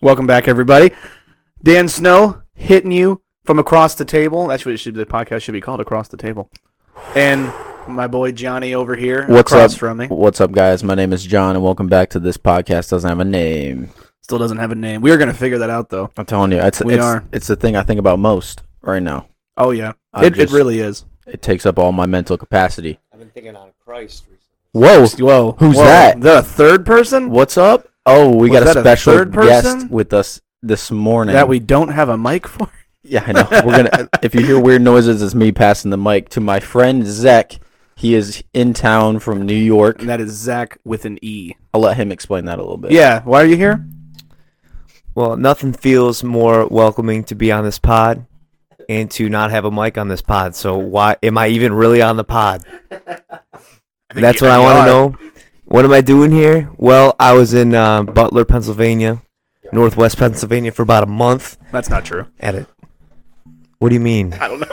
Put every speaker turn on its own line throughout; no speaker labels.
Welcome back, everybody. Dan Snow hitting you from across the table. That's what it should, the podcast should be called, Across the Table. And my boy Johnny over here
What's
across
up?
from me
What's up, guys? My name is John, and welcome back to this podcast. Doesn't have a name.
still doesn't have a name. We are going to figure that out, though.
I'm telling you, it's
We
it's,
are.
it's the thing I think about most right now.
Oh, yeah.
I
It,
just-
it really is.
It takes up all my mental capacity.
I've been thinking on Christ recently.
Whoa,
Whoa.
who's
Whoa.
that?
The third person?
what's up? Oh, we
Was
got
that
a
a
special
third person?
guest with us this morning.
That we don't have a mic for?
yeah, I know. We're gonna. if you hear weird noises, it's me passing the mic to my friend Zach. He is in town from New York.
And that is Zach with an E.
I'll let him explain that a little bit.
Yeah. Why are you here?
Well, nothing feels more welcoming to be on this pod and to not have a mic on this pod. So why am I even really on the pod? That's what I want to know. What am I doing here? Well, I was in uh, Butler, Pennsylvania, Northwest Pennsylvania for about a month
That's not true.
at it. What do you mean?
I don't know.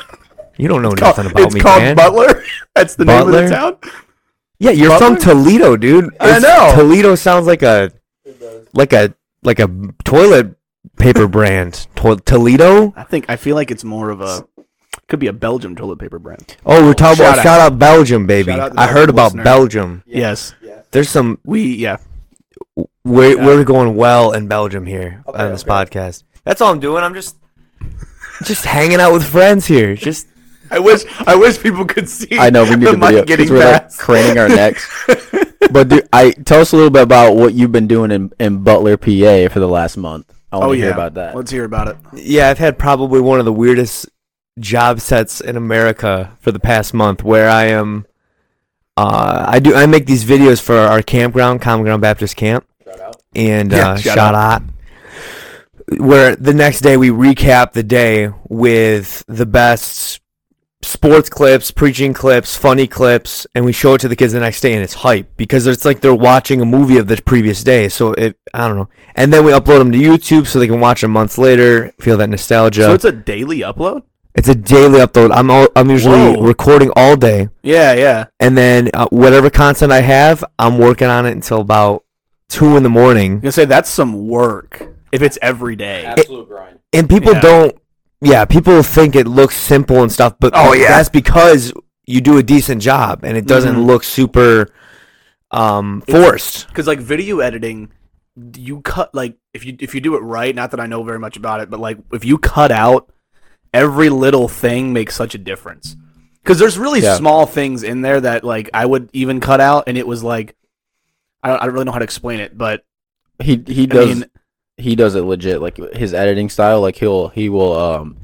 You don't know nothing about
it's
me,
called
man.
Butler. That's the name of
Butler?
the town.
Yeah, you're from Toledo, dude.
I
It's-
know.
Toledo sounds like a like a like a toilet paper brand. To- Toledo?
I think I feel like it's more of a could be a Belgium toilet paper brand.
Oh, we're talking
Shout
about
out.
shout out Belgium, baby.
Shout out to
I
the
heard about
listener.
Belgium.
Yes.
There's some
We yeah.
we're
Yeah.
we're going well in Belgium here on this podcast. That's all I'm doing. I'm just just hanging out with friends here. Just
I wish I wish people could see.
I know we need
the
a
mic
video
getting
because we're like
passed.
craning our necks. but dude, I tell us a little bit about what you've been doing in, in Butler, PA, for the last month. I want
Oh
to
yeah.
hear about that.
Let's hear about it.
yeah, I've had probably one of the weirdest job sets in America for the past month where I am uh, I do I make these videos for our campground, Common Ground Baptist Camp. And
Yeah,
uh,
shout
shout, out. Where the next day we recap the day with the best sports clips, preaching clips, funny clips, and we show it to the kids the next day and it's hype because it's like they're watching a movie of the previous day. So it I don't know. And then we upload them to YouTube so they can watch them months later, feel that nostalgia.
So
it's,
it's a daily upload.
a daily upload. I'm all, I'm usually
Whoa.
recording all day
Yeah, yeah.
and then uh, whatever content I have, I'm working on it until about 2 in the morning.
I'm gonna say that's some work if it's every day.
Absolute grind.
and people
Yeah.
don't yeah people think it looks simple and stuff but
Oh, yeah.
that's because you do a decent job and it doesn't
Mhm.
look super um forced
Because like video editing, you cut like if you if you do it right. Not that I know very much about it, but like if you cut out every little thing makes such a difference. Because there's really
Yeah.
small things in there that like I would even cut out, and it was like I don't I don't really know how to explain it, but
He he
I
does
mean
he does it legit. Like his editing style, like he'll he will um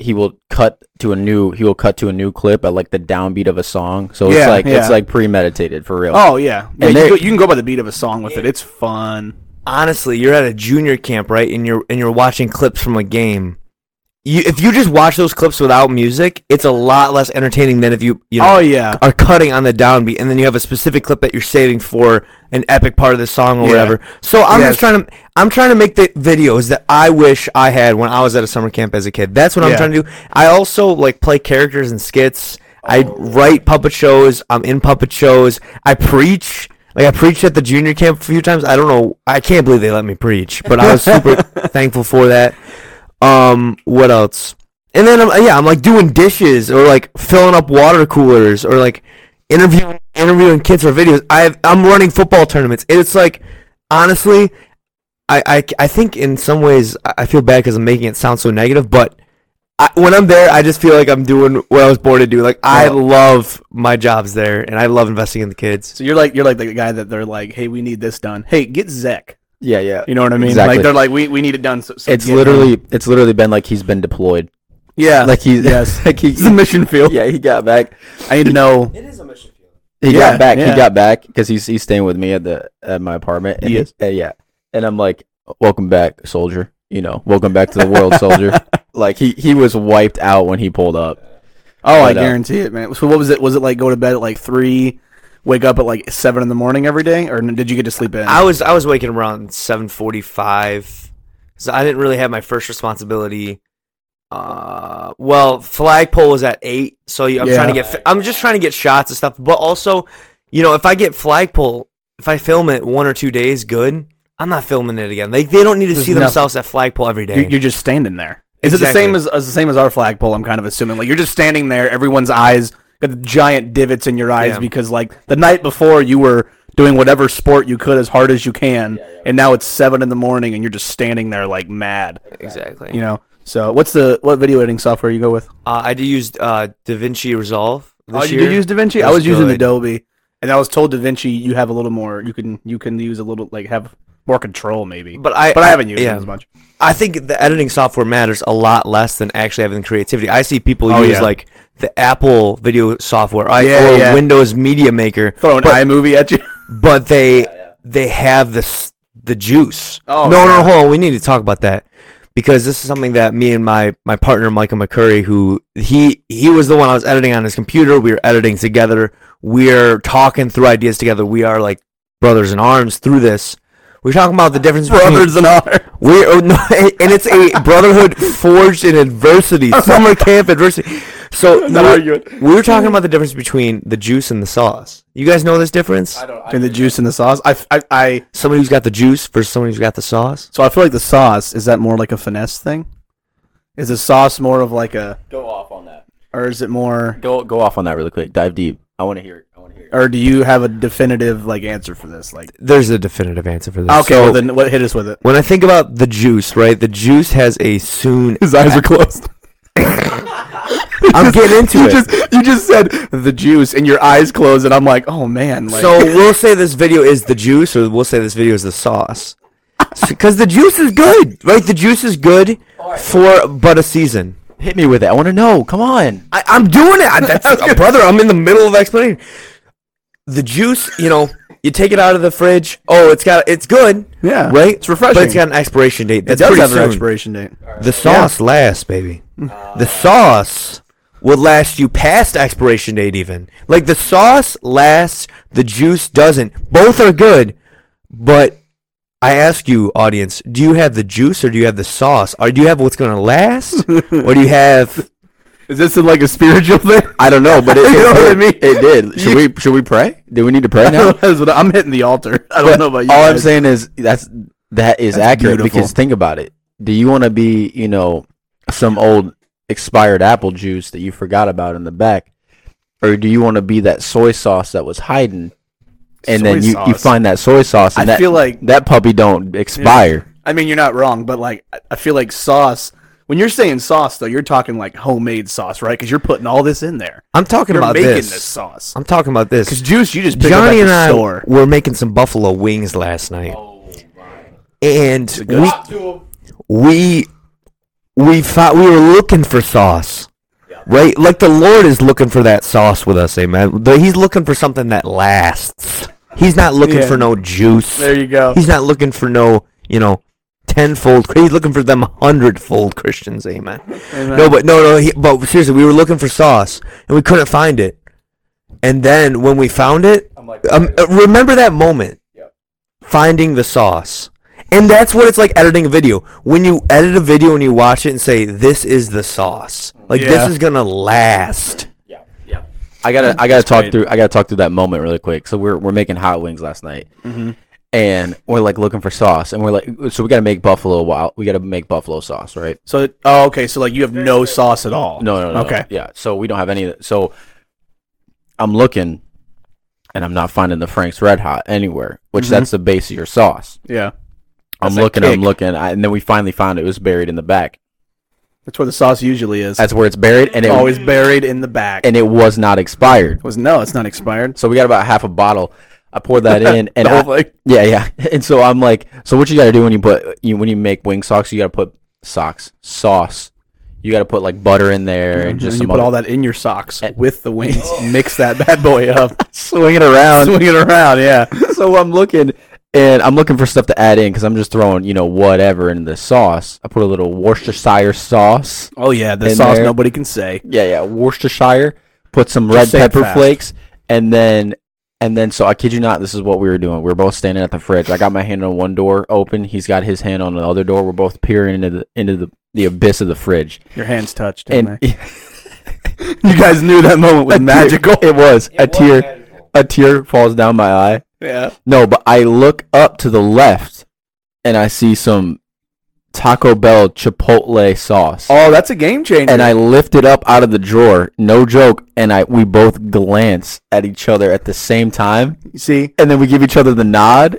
he will cut to a new he will cut to a new clip at like the downbeat of a song. So
Yeah,
it's like
yeah.
it's like premeditated for real.
oh yeah, yeah you,
they-
go, you can go by the beat of a song with it. It's fun.
honestly you're at a junior camp right and you're and you're watching clips from a game you, if you just watch those clips without music it's a lot less entertaining than if you you know,
Oh yeah,
are cutting on the downbeat and then you have a specific clip that you're saving for an epic part of the song or
Yeah.
whatever. So I'm
Yes.
just trying to I'm trying to make the videos that I wish I had when I was at a summer camp as a kid. That's what
Yeah.
I'm trying to do. I also like play characters and skits. I write puppet shows. I'm in puppet shows. I preach. Like I preached at the junior camp a few times. I don't know. I can't believe they let me preach, but I was super thankful for that. Um, what else? And then I'm yeah, I'm like doing dishes or like filling up water coolers or like interviewing interviewing kids for videos. I have, I'm running football tournaments. And it's like honestly, I I, I think in some ways I I feel bad because I'm making it sound so negative, but. I, when I'm there, I just feel like I'm doing what I was born to do. Like I
Yeah.
love my jobs there, and I love investing in the kids.
so you're like you're like the guy that they're like, hey, we need this done. Hey, get Zek.
yeah, yeah.
You know what I mean?
Exactly.
Like they're like, we, we need it done. So, so
It's
get him."
literally it's literally been like he's been deployed.
yeah,
Like he's
Yes.
like he,
it's the mission field.
yeah, he got back.
I need to know.
He
Yeah,
got back.
yeah.
He got back because he's he's staying with me at the at my apartment. And
He is?
uh, yeah, and I'm like, "Welcome back, soldier." You know, welcome back to the world, soldier. Like he he was wiped out when he pulled up.
Oh, I
But, uh,
guarantee it, man. So what was it? Was it like go to bed at like three, wake up at like seven in the morning every day, or n- did you get to sleep in?
I was I was waking around seven forty five, so I didn't really have my first responsibility. Uh, well, flagpole was at eight, so I'm
Yeah.
trying to get. I'm just trying to get shots and stuff. But also, you know, if I get flagpole, if I film it one or two days, good. I'm not filming it again. Like they don't need to
There's
see
nothing-
themselves at flagpole every
You're,
day.
you're just standing there. Is
Exactly.
it the same as, as the same as our flagpole? I'm kind of assuming. Like you're just standing there. Everyone's eyes got the giant divots in your eyes
Yeah.
because like the night before you were doing whatever sport you could as hard as you can, and now it's seven in the morning and you're just standing there like mad.
exactly.
You know. So what's the what video editing software you go with?
Uh, I do use uh, DaVinci Resolve.
Oh,
This
you
year.
did use DaVinci. I
That's
was using
good.
Adobe, and I was told DaVinci you have a little more. You can you can use a little like have more control maybe.
But I-
but I haven't used
yeah.
it as much.
I think the editing software matters a lot less than actually having the creativity. I see people
Oh,
use
yeah.
like the Apple video software I,
Yeah,
or
yeah.
Windows Media Maker,
Throw an
but,
iMovie at you.
but they they have this the juice.
Oh,
no,
yeah.
no, hold on. We need to talk about that because this is something that me and my my partner Michael McCurry, who he he was the one I was editing on his computer. We were editing together. We're talking through ideas together. We are like brothers in arms through this. We're talking about the difference between
Brothers in arms.
we oh, no, and it's a brotherhood forged in adversity, summer camp adversity. So
not
we-
arguing.
we were talking about the difference between the juice and the sauce. You guys know this difference?
and the juice and the sauce. I, I, I-
Somebody who's got the juice versus somebody who's got the sauce.
so I feel like the sauce is that more like a finesse thing? Is the sauce more of like a,
Go off on that.
or is it more,
Go go off on that really quick. Dive deep. I want to hear. It. I want to hear. It.
or do you have a definitive like answer for this? Like,
There's a definitive answer for this.
okay,
So
well then what hit us with it?
when I think about the juice, right? The juice has a soon.
His eyes are closed.
I'm getting into
you
it.
just, you just said the juice and your eyes closed, and I'm like, oh man. Like,
so we'll say this video is the juice, or we'll say this video is the sauce, because the juice is good, right? The juice is good for but a season.
Hit me with it. I want to know. Come on.
I, I'm doing it. I, that's, uh, brother, I'm in the middle of explaining. The juice, you know, you take it out of the fridge. Oh, it's got it's good.
Yeah,
Right?
it's refreshing.
But it's got an expiration date.
it
That's
does
pretty
have
soon.
an expiration date.
The sauce lasts, baby. the sauce will last you past expiration date even. Like the sauce lasts, the juice doesn't. Both are good, but I ask you, audience, do you have the juice or do you have the sauce? Or do you have what's gonna last? or do you have
Is this like a spiritual thing?
I don't know, but it,
You know what I mean?
It did. Should we should we pray? Do we need to pray now?
That's what- I'm hitting the altar. I don't know about you.
All I'm
guys.
saying is that's that is
That's
accurate
beautiful.
because think about it. Do you want to be you know some old expired apple juice that you forgot about in the back, or do you want to be that soy sauce that was hiding? And then
Soy
you, you
sauce.
find that soy sauce, and
I
that,
feel like-
that puppy don't expire.
I mean, you're not wrong, but like, I- I feel like sauce. When you're saying sauce, though, you're talking like homemade sauce, right? Because you're putting all this in there.
I'm talking
You're
about
making
this.
this, sauce.
I'm talking about
Because
this.
juice, you just pick up at
Johnny
the
and I
store.
were making some buffalo wings last night. And we, we we thought we were looking for sauce. Right? Like the Lord is looking for that sauce with us, amen. The- He's looking for something that lasts. He's not looking
Yeah.
for no juice.
There you go.
He's not looking for no, you know, tenfold. He's looking for them hundredfold Christians. Amen. No, but no, no. He, but seriously, we were looking for sauce and we couldn't find it. And then when we found it, um, uh, remember that moment, finding the sauce. And that's what it's like editing a video. When you edit a video and you watch it and say, "This is the sauce," like
Yeah.
this is gonna last.
I gotta I gotta talk through I gotta talk through that moment really quick. So we're we're making hot wings last night, and we're like looking for sauce, and we're like, so we gotta make buffalo wild. We gotta make buffalo sauce, right?
So, it- oh, okay. So, like, you have no sauce at all.
No, no, no.
Okay.
yeah. So we don't have any. So I'm looking, and I'm not finding the Frank's Red Hot anywhere, which that's the base of your sauce.
Yeah.
I'm
Mm-hmm. That's a
looking, I'm
kick.
looking, I, and then we finally found it. It was buried in the back.
That's where the sauce usually is.
That's where it's buried, and it
always buried in the back.
and it was not expired.
was no, it's not expired.
So we got about half a bottle. I poured that in, and
The whole
I-
thing.
yeah, yeah. And so I'm like, so what you got to do when you put you when you make wing socks, you got to put socks sauce. You got to put like butter in there and just
and you
some
put
other-
all that in your socks with the wings. Mix that bad boy up.
swing it around.
swing it around. Yeah.
so I'm looking and I'm looking for stuff to add in because I'm just throwing you know whatever in the sauce. I put a little Worcestershire sauce.
Oh, yeah. The
In
sauce
there.
nobody can say.
Yeah, yeah, Worcestershire. Put some
Just say
red
it
pepper
fast.
flakes, and then and then. So I kid you not, this is what we were doing. We were both standing at the fridge. I got my hand on one door open. He's got his hand on the other door. We're both peering into the into the, the abyss of the fridge.
Your hands touched. didn't
And
they? You guys knew that moment was magical.
It was a tear. A tear falls down my eye.
Yeah.
No, but I look up to the left and I see some Taco Bell Chipotle sauce.
Oh, that's a game changer.
And I lift it up out of the drawer, no joke, and I we both glance at each other at the same time,
see.
and then we give each other the nod,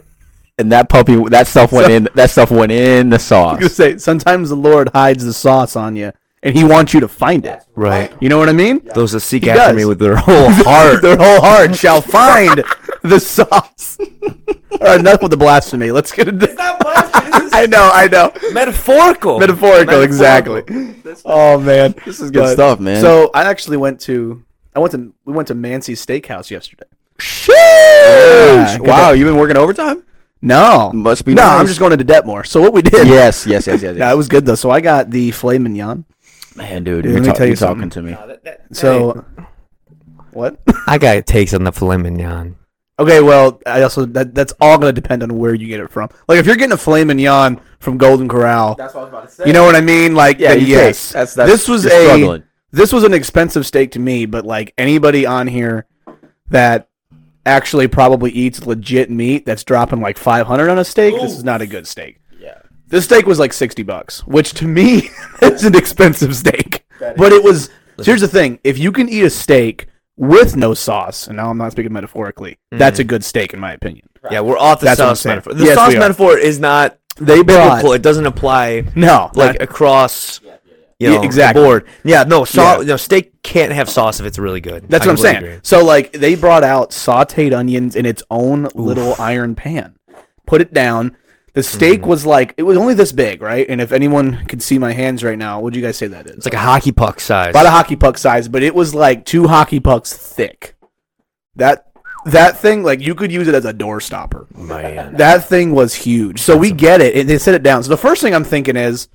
and that puppy that stuff went in that stuff went in the
I was
sauce.
gonna say sometimes the Lord hides the sauce on you, and He wants you to find it.
Right.
You know what I mean?
Those that seek
He
after
does.
me with their whole heart.
Their whole heart shall find the sauce. All right, enough with the blasphemy. Let's get into. I know, I know.
metaphorical.
Metaphorical, exactly. Oh man, this is
good stuff, man.
So I actually went to, I went to, we went to Mancy's Steakhouse yesterday.
Sheesh!
good
wow, you've been working overtime?
No,
Must be
no.
nice.
I'm just going into debt more. So what we did?
Yes, yes, yes, yes. yes.
yeah, it was good though. So I got the filet mignon.
Man, dude,
Dude,
you're,
let me
ta-
tell you
you're talking
something.
to me.
So, what?
I got takes on the filet mignon.
Okay, well, I also that that's all gonna depend on where you get it from. Like if you're getting a filet mignon from Golden Corral, that's what I was about to say. You know what I mean? Like
Yeah,
the-
you take.
yes,
That's- that's-
this was
you're
a
struggling.
this was an expensive steak to me, but like anybody on here that actually probably eats legit meat that's dropping like 500 on a steak, this is not a good steak. Yeah, this steak was like 60 bucks, which to me is an expensive steak. But it was. Here's the thing: if you can eat a steak with no sauce, and now I'm not speaking metaphorically,
Mm-hmm.
that's a good steak in my opinion.
Yeah, we're off the
That's what I'm
sauce
saying.
metaphor. The
Yes,
sauce
we are.
metaphor is not
They brought
biblical. It doesn't apply
no,
like
like
across you
Yeah,
know,
exactly.
the board. Yeah, no, sauce
Yeah.
no steak can't have sauce if it's really good.
that's
I
what I'm saying.
completely agree.
So like they brought out sautéed onions in its own little iron pan, put it down. The
Mm.
steak was like it was only this big, right? And if anyone could see my hands right now, would you guys say that is?
It's like a hockey puck size.
about a hockey puck size, but it was like two hockey pucks thick. That that thing, like you could use it as a doorstopper.
Man.
That thing was huge. So we get it, and they set it down. So the first thing I'm thinking is,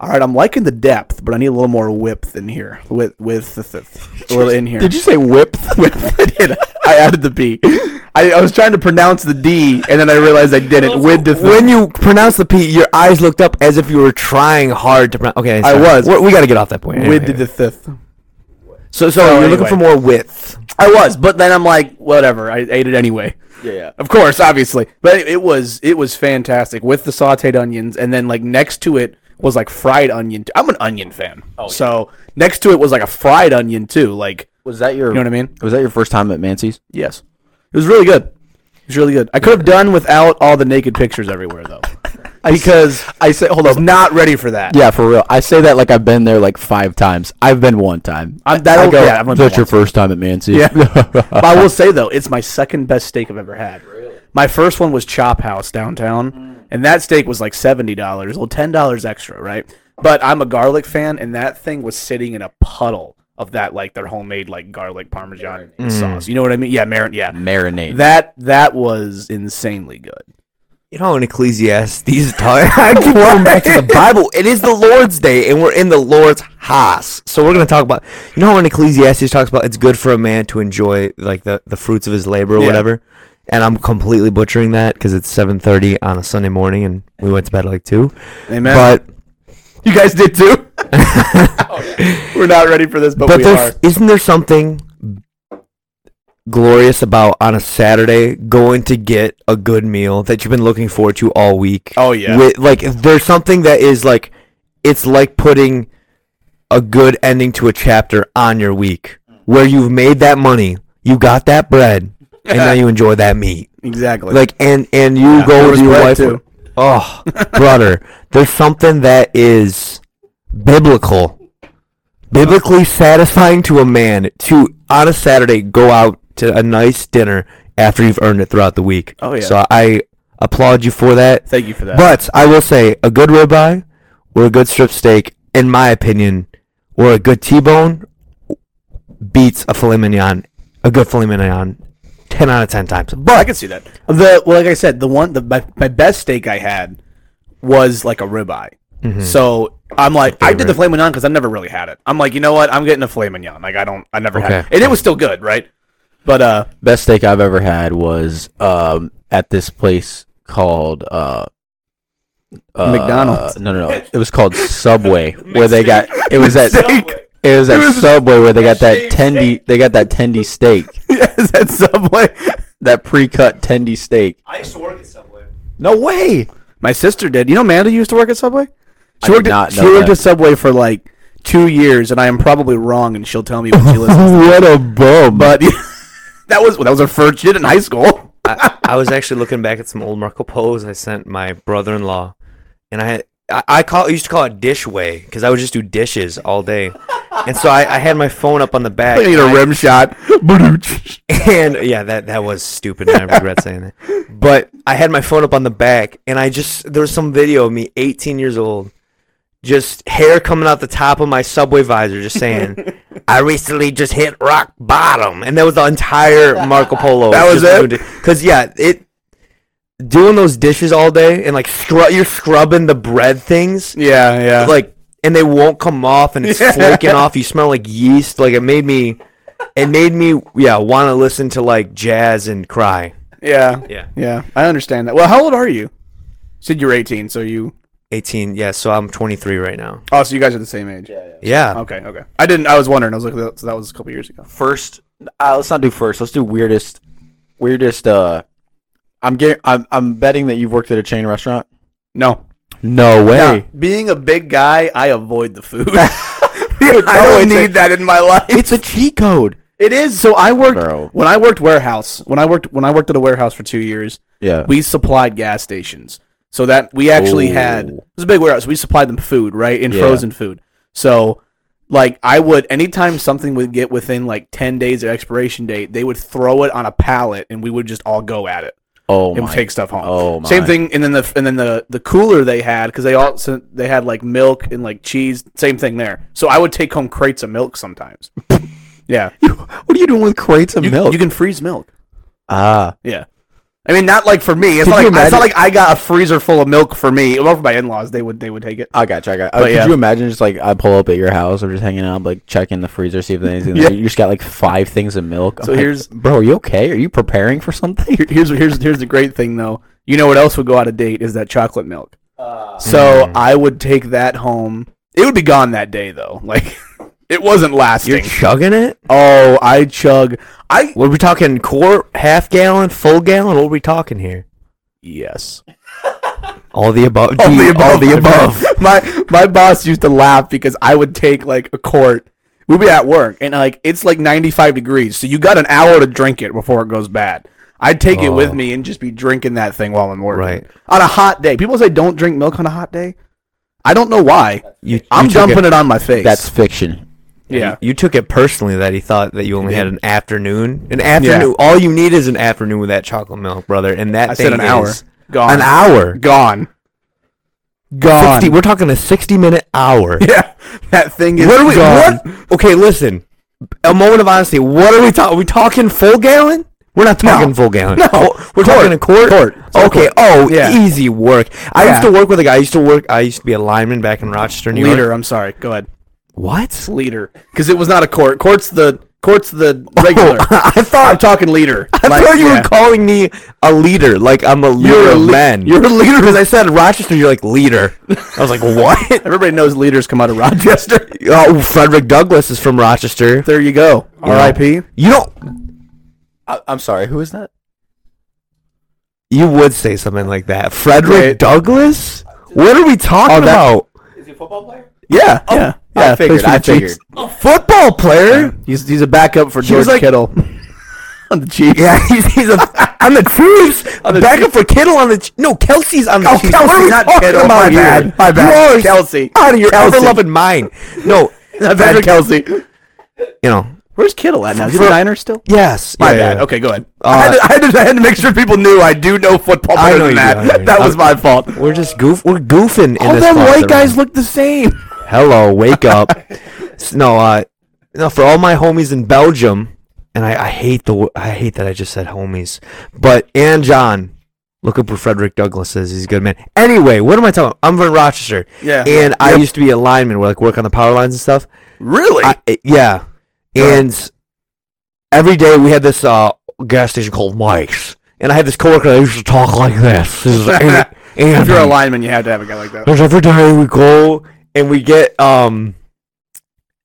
all right, I'm liking the depth, but I need a little more width in here. With with the, the, a little in here.
Did you say whip?
Width, I did. I added the B. I, I was trying to pronounce the D, and then I realized I didn't. With the th-
When you pronounce the P, your eyes looked up as if you were trying hard to pronounce. Okay,
I
sorry.
was.
We're- we got to get off that point.
with
Anyway.
the fifth.
so, so
Oh,
you're looking
anyway.
for more width.
I was, but then I'm like, whatever. I ate it anyway.
Yeah, yeah.
Of course, obviously, but it, it was it was fantastic with the sautéed onions, and then like next to it was like fried onion. i I'm an onion fan, so next to it was like a fried onion too. Like,
Was that your
you know what I mean?
Was that your first time at Mancy's?
Yes, it was really good. It was really good. I could have done without all the naked pictures everywhere though, because
I say hold
I was not ready for that.
Yeah, for real. I say that like I've been there like five times. I've been one time.
I- that'll-
I go,
yeah, I've only
that's
been
your first time at Mancy's.
Yeah. but I will say though, it's my second best steak I've ever had. My first one was Chop House downtown, and that steak was like seventy dollars, well ten dollars extra, right? But I'm a garlic fan, and that thing was sitting in a puddle of that like their homemade like garlic parmesan sauce. You know what I mean? Yeah, marin.
Mm.
Yeah,
Marinade.
that that was insanely good.
You know, in Ecclesiastes, time, I keep going back to the Bible. It is the Lord's day, and we're in the Lord's house. So we're going to talk about. You know how in Ecclesiastes talks about it's good for a man to enjoy like the, the fruits of his labor or
Yeah.
whatever. And I'm completely butchering that because it's 7:30 on a Sunday morning, and we went to bed at like two.
Amen.
But
you guys did too. We're not ready for this, but,
but
we
there's,
are.
isn't there something glorious about on a Saturday going to get a good meal that you've been looking forward to all week?
Oh, yeah.
With, like there's something that is like it's like putting a good ending to a chapter on your week where you've made that money, you got that bread, and now you enjoy that meat.
Exactly.
Like and and you
there
go with
was
your
bread,
wife.
too.
Oh, brother, there's something that is biblical, biblically satisfying to a man to on a Saturday go out to a nice dinner after you've earned it throughout the week.
Oh, yeah.
So I applaud you for that.
Thank you for that.
But I will say a good ribeye or a good strip steak, in my opinion, or a good T-bone beats a filet mignon, a good filet mignon, ten out of ten times.
I can see that. The well, like I said, the one the my, my best steak I had was like a ribeye. So I'm like, I did the filet mignon because I've never really had it. I'm like, you know what? I'm getting a filet mignon. Like I don't, I never had, it.
Okay.
and it was still good, right? But uh,
Best steak I've ever had was um, at this place called uh, uh,
McDonald's.
No, no, no. It was called Subway, where they got it was at
Steak.
it was at Subway where they got that tendy they got that tendy steak
yes, at Subway.
that pre cut tendy steak.
I used to work at Subway.
No way.
My sister did. You know, Amanda used to work at Subway. She
did
worked
not
at, she
know
worked
that.
at Subway for like two years, and I am probably wrong, and she'll tell me when she listens.
what a bum!
but that was that was her first shit in high school.
I, I was actually looking back at some old Marco Polos I sent my brother-in-law, and I had I, I call I used to call it dishway because I would just do dishes all day, and so I, I had my phone up on the back.
I need
and
a
I-
rim shot. Badooch.
and yeah, that that was stupid. And I regret saying that. But I had my phone up on the back, and I just there was some video of me, 18 years old, just hair coming out the top of my subway visor, just saying, "I recently just hit rock bottom," and that was the entire Marco Polo.
That was it?
Because yeah, it doing those dishes all day and like scrub, you're scrubbing the bread things
yeah, yeah.
like and they won't come off and it's flaking off you smell like yeast like it made me it made me yeah want to listen to like jazz and cry
yeah,
yeah
yeah. I understand that. Well, how old are you? You said you're 18, so you.
18 yeah so i'm 23 right now
Oh, so you guys are the same age. Yeah. Uh,
yeah
Okay, okay. I didn't. I was wondering. I was like, that- so that was a couple years ago.
First, uh, let's not do first. Let's do weirdest, weirdest. Uh, I'm getting. I'm. I'm betting that you've worked at a chain restaurant.
No.
No way.
Yeah, being a big guy, I avoid the food. I
No,
don't
Oh, it's a-
need that in my life.
It's a cheat code.
It is. So I worked
Bro.
when I worked warehouse. When I worked when I worked at a warehouse for two years,
Yeah.
we supplied gas stations. So that we actually had it
Ooh.
was a big warehouse. We supplied them food, right, and
Yeah.
frozen food. So like I would anytime something would get within like ten days of expiration date, they would throw it on a pallet, and we would just all go at it
oh
and
my.
take stuff home.
Oh my.
Same thing, and then the and then the the cooler they had because they also they had like milk and like cheese. Same thing there. So I would take home crates of milk sometimes. yeah,
What are you doing with crates of
you,
milk?
You can freeze milk.
ah.
Yeah, I mean not like for me. It's
Could
not
you
like it's not like
imagine-
I got a freezer full of milk for me. Well, for my in laws, they would they would take it.
I got you. I got. Uh,
But
could
yeah.
you imagine just like I pull up at your house, I'm just hanging out, like checking the freezer, see if there's anything. there.
Yeah.
You just got like five things of milk. I'm
So
like,
here's-
bro, are you okay? Are you preparing for something?
Here- Here's here's here's the great thing though. You know what else would go out of date is that chocolate milk. so
Hmm.
I would take that home. It would be gone that day though. Like it wasn't lasting.
you're chugging it
Oh, I chug. I
what are we talking quart half gallon full gallon what are we talking here
yes.
all the above
All the
dude,
above.
all the above
my my boss used to laugh because I would take like a quart. We'd be at work and like it's like 95 degrees, so you got an hour to drink it before it goes bad. I'd take it with
Oh.
me and just be drinking that thing while I'm working.
Right.
On a hot day. People say don't drink milk on a hot day. I don't know why.
you,
I'm
you took
dumping
it,
it, on my face.
That's fiction.
yeah.
you took it personally that he thought that you only had an afternoon an afternoon
Yeah.
all you need is an afternoon with that chocolate milk brother and that
I
thing
said an hour.
is-
Gone.
an hour
Gone. Gone.
60, we're talking a 60 minute hour.
Yeah. That thing is
What are we
gone.
what? Okay, listen. A moment of honesty. What are we talking? Are we talking full gallon? We're not talking full gallon.
No.
we're
Quart.
talking a quart.
Quart. It's a
Okay.
quart.
Oh,
Yeah.
easy work. I used
Yeah.
to work with a guy. I used to work. I used to be a lineman back in Rochester, New
Leader,
York.
I'm sorry. Go ahead.
What?
Leader, because it was not a court. Court's the court's the regular.
I
I'm
thought.
talking leader.
I
Like,
thought you
yeah.
were calling me a leader. Like I'm a leader
You're a
of
lea-
men.
you're a leader.
because I said Rochester. You're like leader. I was like, what?
Everybody knows leaders come out of Rochester.
oh, Frederick Douglass is from Rochester.
there you go. R.I.P.
You don't.
I, I'm sorry. Who is that?
You would say something like that. Frederick
Wait.
Douglass? What are we talking
Oh, that-
about?
Yeah, yeah, yeah.
I
plays
figured.
for the
I
Chiefs.
figured.
A football player?
He's he's a backup for George
was like-
Kittle on the Chiefs.
Yeah, he's, he's a, on the Chiefs.
the
Backup
Chiefs.
for Kittle on the Ch- no Kelsey's on the
Oh,
Chiefs.
Kelsey,
what are we
not
talking
Kittle.
about
My bad.
here?
My bad.
Yours
Kelsey.
out of your
Kelsey.
ever loving mind. No,
I bet Kelsey.
you know.
Where's Kittle at now? Is he
For-
a Niner still?
Yes,
My
yeah,
bad.
yeah.
Okay, go ahead. I, had
Uh,
to, I, had to, I had to make sure people knew I do know football
I
better
know
than
you do, I know
that.
you
that
do.
was my fault.
We're just goof. We're goofing in
All
this.
them
closet
white guys
room.
look the same.
Hello, wake up. S- no, uh, no, for all my homies in Belgium, and I, I hate the wo- I hate that I just said homies, but and John, look up where Frederick Douglass is. He's a good man. Anyway, what am I talking? about? I'm from Rochester.
Yeah.
and I used to be a lineman, where like work on the power lines and stuff.
Really?
I, I- yeah, and every day we had this uh, gas station called Mike's, and I had this coworker that used to talk like this. This is An-
if you're a
Andy.
lineman, you have to have a guy like that.
There's every day we go and we get um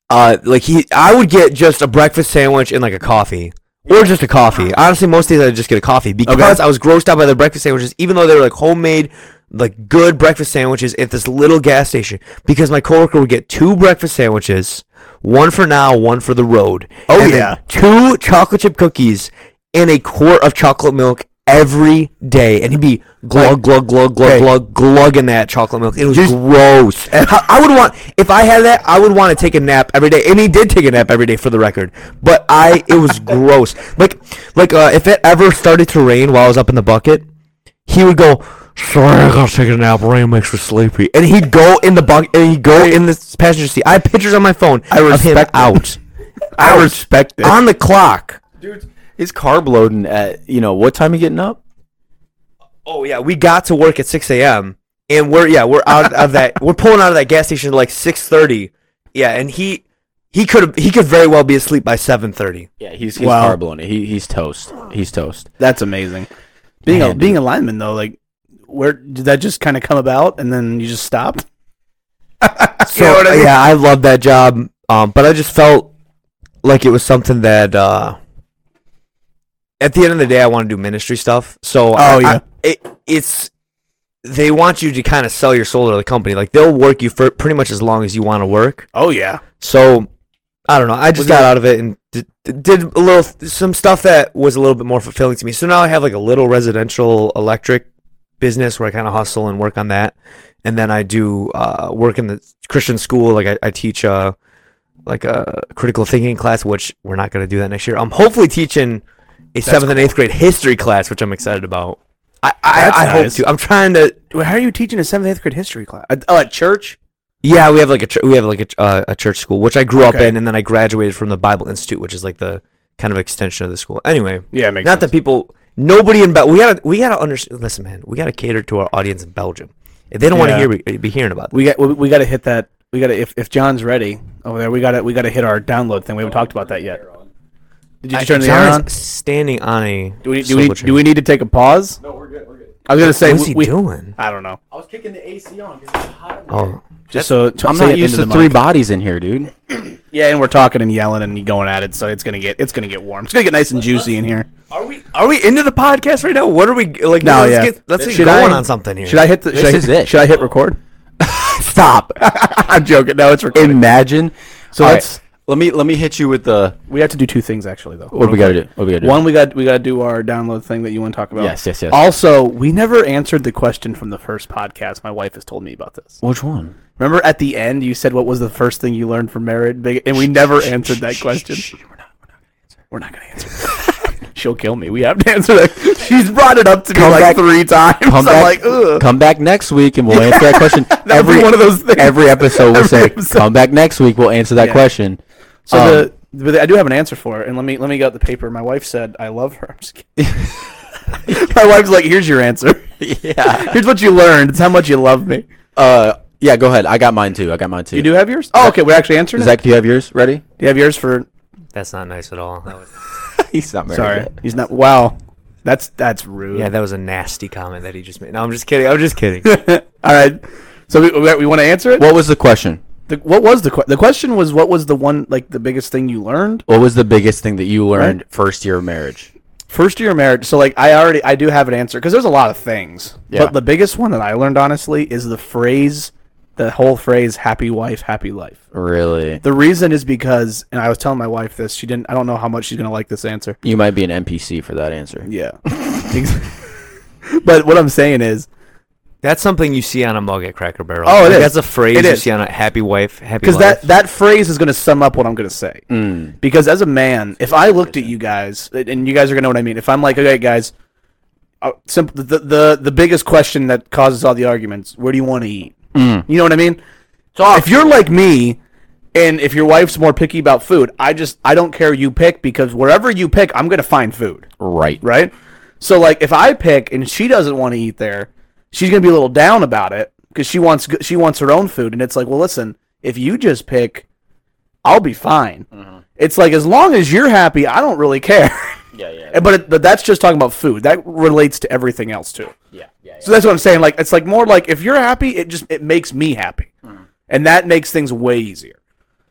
uh like he I would get just a breakfast sandwich and like a coffee. Or just a coffee. Honestly, most days I'd just get a coffee because I was grossed out by the breakfast sandwiches, even though they were like homemade like good breakfast sandwiches at this little gas station because my coworker would get two breakfast sandwiches, one for now, one for the road.
Oh,
and then
yeah.
two chocolate chip cookies and a quart of chocolate milk every day, and he'd be glug glug glug glug
Okay.
glug glugging that chocolate milk. It was gross. I I would want if I had that, I would want to take a nap every day, and he did take a nap every day for the record. But I, it was gross. Like like uh, if it ever started to rain while I was up in the bucket he would go, Sorry, I gotta take a nap. Rain makes me sleepy. And he'd go in the bucket and he'd go in the passenger seat. I have pictures on my phone I of him
respect
out
I respect it.
on the clock.
Dude, he's carb loading at you know what time you getting up?
Oh yeah, we got to work at six a.m. and we're yeah we're out of that we're pulling out of that gas station at like six thirty. Yeah, and he he could he could very well be asleep by seven thirty.
Yeah, he's he's
Wow.
carb loading. He he's toast. He's toast.
That's amazing. Being a
Man,
being a lineman though, like where did that just kind of come about and then you just stopped?
So yeah, I love that job, um, but I just felt like it was something that uh, at the end of the day, I want to do ministry stuff. So oh I,
yeah.
I- it, it's they want you to kind of sell your soul to the company. Like they'll work you for pretty much as long as you want to work.
Oh yeah.
So I don't know. I just
Well,
got out of it and did, did a little some stuff that was a little bit more fulfilling to me. So now I have like a little residential electric business where I kind of hustle and work on that, and then I do uh, work in the Christian school. Like I, I teach uh, like a critical thinking class, which we're not going to do that next year. I'm hopefully teaching a seventh and eighth grade history class, which I'm excited about. I I,
That's
I
nice.
hope to. I'm trying to.
Well, How are you teaching a seventh eighth grade history class? At- Oh, at church?
Yeah, we have like a ch- we have like a, ch- uh, a church school, which I grew up
Okay.
in, and then I graduated from the Bible Institute, which is like the kind of extension of the school. Anyway,
Yeah, it makes
not that people, nobody in Bel, we gotta we gotta understand. Listen, man, we gotta cater to our audience in Belgium. If they don't
Yeah.
want to hear be hearing about this.
We got we, we got to hit that. We got to if if John's ready over there, we got to we got to hit our download thing. We haven't talked about that yet. Did you just turn the air
John's
on?
Standing on a.
Do we do
sofa
we,
chair.
do we need to take a pause?
No, we're good. We're good.
I was gonna say
What
we,
is he
we-
doing?
I don't know.
I was kicking the AC on because it's hot.
Oh,
Just so
I'm
say it
not used
into
to
the
three
mic.
bodies in here, dude.
Yeah, and we're talking and yelling and going at it, so it's gonna get it's gonna get warm. It's gonna get nice and juicy in here.
are we are we into the podcast right now? What are we like?
No,
let's
yeah.
get let's get
Should
going
I-
on something here.
Should I hit the? Should I,
is it.
Should I hit record?
stop?
I'm joking. No, it's recording.
Imagine. So
let's-
let me let me hit you with the
We have to do two things actually, though.
what do we gotta do? What do we gotta do?
One, we got we got to do our download thing that you want to talk about.
Yes, yes, yes.
Also, we never answered the question from the first podcast. My wife has told me about this.
Which one?
Remember at the end, you said what was the first thing you learned from marriage, Big- and we never answered that question. We're not gonna answer. that. She'll kill me. We have to answer that. She's brought it up to me
Come
like
back-
three times. I'm
Come back,
like, ugh.
come back next week and we'll answer that question.
That'll be
every
one of those things.
every episode we'll
Every
say,
episode.
come back next week. We'll answer that
Yeah.
question.
So
Um,
the but I do have an answer for it, and let me let me get out the paper. My wife said I love her. I'm just kidding. My wife's like, here's your answer.
yeah.
Here's what you learned. It's how much you love me.
Um, Uh, yeah. Go ahead. I got mine too. I got mine too.
You do have yours? Oh, okay. We're actually answering. it.
Zach, do you have yours ready?
Do you have yours for?
That's not nice at all. That was,
He's not married.
Sorry,
yet.
he's not. Wow, that's that's rude.
yeah, that was a nasty comment that he just made. No, I'm just kidding. I'm just kidding.
All right. So we, we, want to answer it.
What was the question?
The- what was the que- the question? Was what was the one like the biggest thing you learned
What was the biggest thing that you learned first year of marriage?
first year of marriage? So like I already I do have an answer because there's a lot of things,
Yeah.
but the biggest one that I learned honestly is the phrase, the whole phrase "happy wife, happy life."
Really?
The reason is because, and I was telling my wife this. She didn't. I don't know how much she's gonna like this answer.
You might be an NPC for that answer.
Yeah. Ex- but what I'm saying is,
That's something you see on a mug at Cracker Barrel.
Oh, it
Like,
is.
That's a phrase
It
you
is.
see on a happy wife, happy
because
life.
that that phrase is going to sum up what I'm going to say. Because as a man, if I looked at you guys, and- and you guys are going to know what I mean. If I'm like, okay, guys, uh, simp- the, the the biggest question that causes all the arguments: Where do you want to eat? You know what I mean? if you're like me, and if your wife's more picky about food, I just I don't care you pick because wherever you pick, I'm going to find food.
Right.
right? So like if I pick and she doesn't want to eat there, she's gonna be a little down about it because she wants g- she wants her own food, and it's like, well, listen, if you just pick, I'll be fine. It's like as long as you're happy, I don't really care.
Yeah. Yeah.
And- but it, but that's just talking about food. That relates to everything else too.
Yeah. Yeah.
So that's what I'm saying. Like it's like more like if you're happy, it just it makes me happy, and that makes things way easier.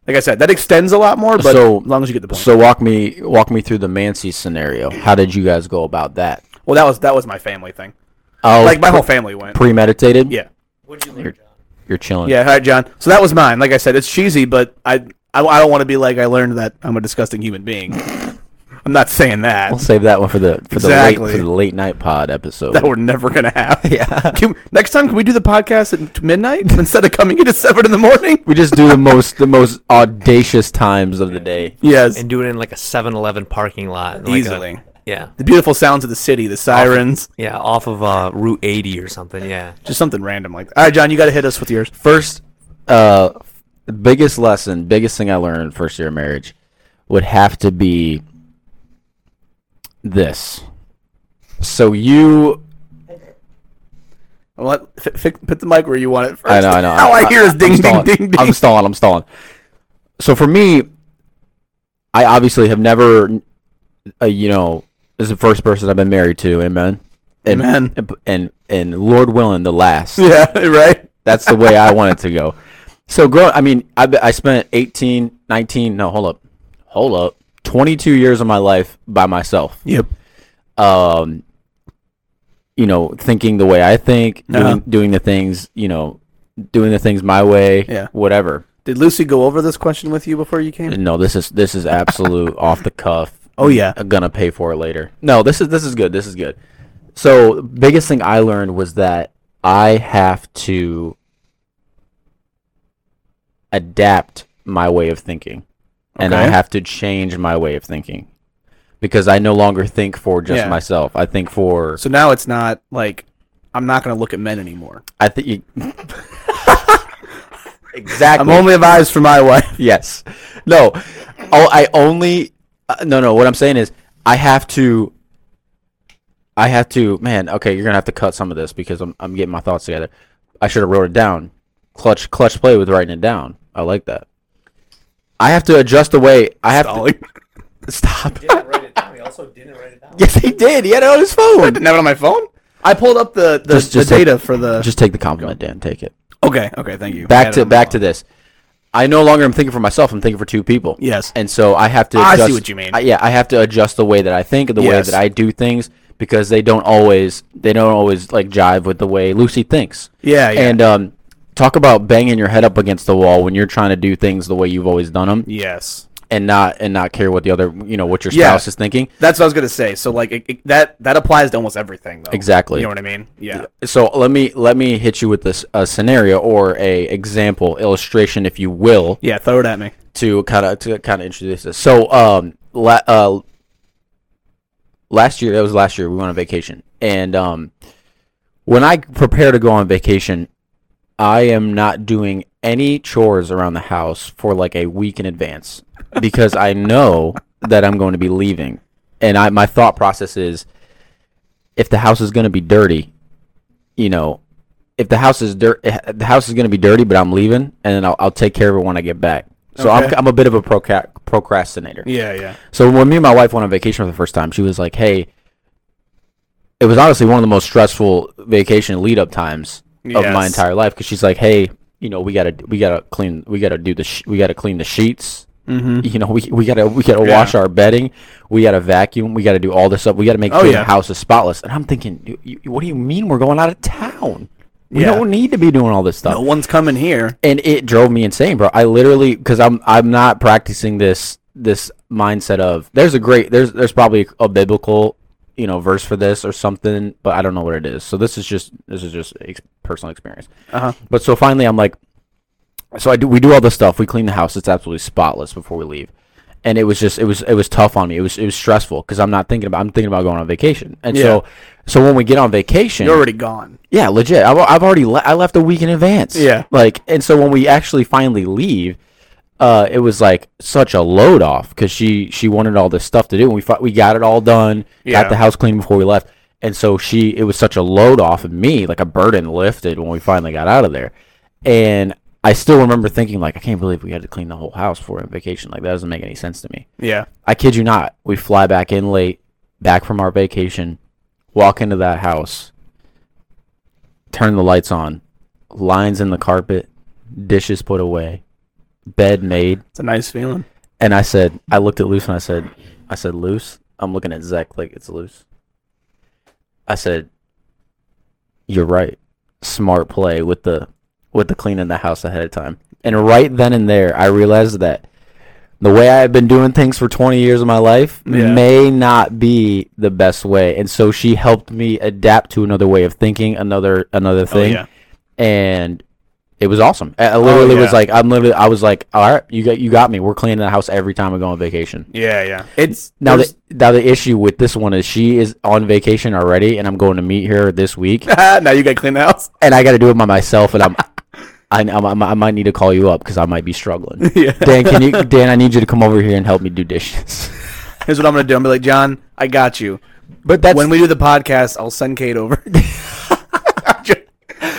Like I said, that extends a lot more, but
So-
as long as you get the point.
So walk me walk me through the Mancy scenario. How did you guys go about that?
Well, that was that was my family thing.
Oh,
Like my whole family went.
premeditated.
Yeah.
What'd you
learn, You're chilling.
Yeah, all right, John. So that was mine. Like I said, it's cheesy, but I I, I don't want to be like I learned that I'm a disgusting human being. I'm not saying that.
We'll save that one for the for the
Exactly.
late for the late night pod episode.
that we're never gonna have.
yeah.
Can, next time, can we do the podcast at t- midnight instead of coming in at seven in the morning?
We just do the most the most audacious times of the day.
Yes,
And do it in like a 7-Eleven parking lot.
oh
in, like, a-
easily.
yeah.
the beautiful sounds of the city, the sirens,
Yeah, off of uh, Route 80 or something. Yeah.
just something random like that. All right, John, you got to hit us with yours.
First, uh, the biggest lesson, biggest thing I learned first year of marriage would have to be this. So you,
Well, let- f- f- put the mic where you want it first.
I know, I know.
All I, hear is
I'm
ding, ding,
stalling.
ding, ding.
I'm stalling. I'm stalling. So for me, I obviously have never, uh, you know, this is the first person I've been married to. Amen. And,
Amen.
And, and and Lord willing, the last.
yeah, right.
That's the way I want it to go. So, grow. I mean, I, be- I spent 18, 19, no, hold up. Hold up. 22 years of my life by myself.
Yep.
Um, you know, thinking the way I think, doing,
Uh-huh.
doing the things, you know, doing the things my way,
Yeah.
whatever.
Did Lucy go over this question with you before you came?
No, this is this is absolute off the cuff.
Oh, yeah.
I'm gonna pay for it later. No, this is this is good. This is good. So, biggest thing I learned was that I have to adapt my way of thinking, and I
Okay.
have to change my way of thinking because I no longer think for just
Yeah.
myself. I think for
So now it's not like I'm not going to look at men anymore.
I think exactly.
I'm only of eyes for my wife.
yes. No. Oh, I only. Uh, no, no. What I'm saying is, I have to. I have to. Man, okay, you're gonna have to cut some of this because I'm I'm getting my thoughts together. I should have wrote it down. Clutch, clutch play with writing it down. I like that. I have to adjust the way I have to stop.
write it down. He also didn't write it down.
yes, he did. He had it on his phone.
didn't have it on my phone. I pulled up the, the,
Just-
the
just
data for the.
Just take the compliment, Dan. Take it.
okay, okay, thank you. I
Back
had it
to
on my
back to
phone.
this. I no longer am thinking for myself. I'm thinking for two people.
Yes.
and so I have to.
I see
Adjust,
what you mean.
I- yeah, I have to adjust the way that I think, the
Yes.
way that I do things, because they don't always they don't always like jive with the way Lucy thinks.
Yeah, yeah.
And um, talk about banging your head up against the wall when you're trying to do things the way you've always done them,
yes.
and not and not care what the other you know what your
Yeah.
spouse is thinking.
That's what I was gonna say. So like it, it- that that applies to almost everything though.
Exactly.
You know what I mean? Yeah.
so let me let me hit you with this a scenario or a example illustration if you will
Yeah. Throw it at me.
to kind of to kind of introduce this so um la- uh last year that was last year we went on vacation and um when i prepare to go on vacation i am not doing any chores around the house for like a week in advance because i know that i'm going to be leaving and i my thought process is if the house is going to be dirty you know if the house is dirt the house is going to be dirty but i'm leaving and then i'll, I'll take care of it when i get back so I'm,
Okay.
I'm a bit of a proca- procrastinator
Yeah. Yeah.
so when me and my wife went on vacation for the first time, she was like, "Hey." It was honestly one of the most stressful vacation lead up times of my
Yes.
entire life because she's like, "Hey, you know, we gotta we gotta clean we gotta do the sh- we gotta clean the sheets." Mm-hmm. You know, we, we gotta we gotta wash our bedding, we gotta vacuum, we gotta do all this stuff. We gotta make sure
Oh, yeah.
the house is spotless. And I'm thinking, "You- you- what do you mean we're going out of town? We
Yeah.
don't need to be doing all this stuff
No one's coming here.
and it drove me insane, bro. I literally because I'm I'm not practicing this this mindset of there's a great there's there's probably a biblical you know verse for this or something, but I don't know what it is. So this is just this is just ex- personal experience.
Uh huh.
But so finally, I'm like, so I do. We do all this stuff. We clean the house. It's absolutely spotless before we leave. And it was just, it was, it was tough on me. It was, it was stressful because I'm not thinking about, I'm thinking about going on vacation. And so, so when we get on vacation,
You're already gone.
yeah, legit. I've, I've already le- I left a week in advance.
Yeah.
Like, and so when we actually finally leave, uh, it was like such a load off because she she wanted all this stuff to do, and we fi- we got it all done,
Yeah.
got the house clean before we left, and so she it was such a load off of me, like a burden lifted when we finally got out of there, and I still remember thinking like I can't believe we had to clean the whole house for a vacation, like that doesn't make any sense to me.
Yeah.
I kid you not. We fly back in late, back from our vacation, walk into that house, turn the lights on, lines in the carpet, dishes put away, bed made.
It's a nice feeling.
And I said, I looked at Luce and I said, I said, Luce, I'm looking at Zek like it's Luce. I said, You're right. Smart play with the with the cleaning the house ahead of time. And right then and there, I realized that the way I had been doing things for 20 years of my life
Yeah.
may not be the best way. And so she helped me adapt to another way of thinking, another another Oh, thing.
Oh, yeah.
And it was awesome. I I literally
Oh,
was
yeah.
like, I'm literally, I was like, all right, you got, you got me. We're cleaning the house every time we go on vacation.
Yeah, yeah.
It's
Now the now the issue with this one is she is on vacation already, and I'm going to meet her this week,
ah, now you got to clean the house.
and I got to do it by myself, and I'm. I, I'm- I'm- I might need to call you up because I might be struggling.
Yeah.
Dan, can you? Dan, I need you to come over here and help me do dishes.
Here's what I'm gonna do. I'm gonna be like, John, I got you.
But that's
when we do the podcast, I'll send Kate over.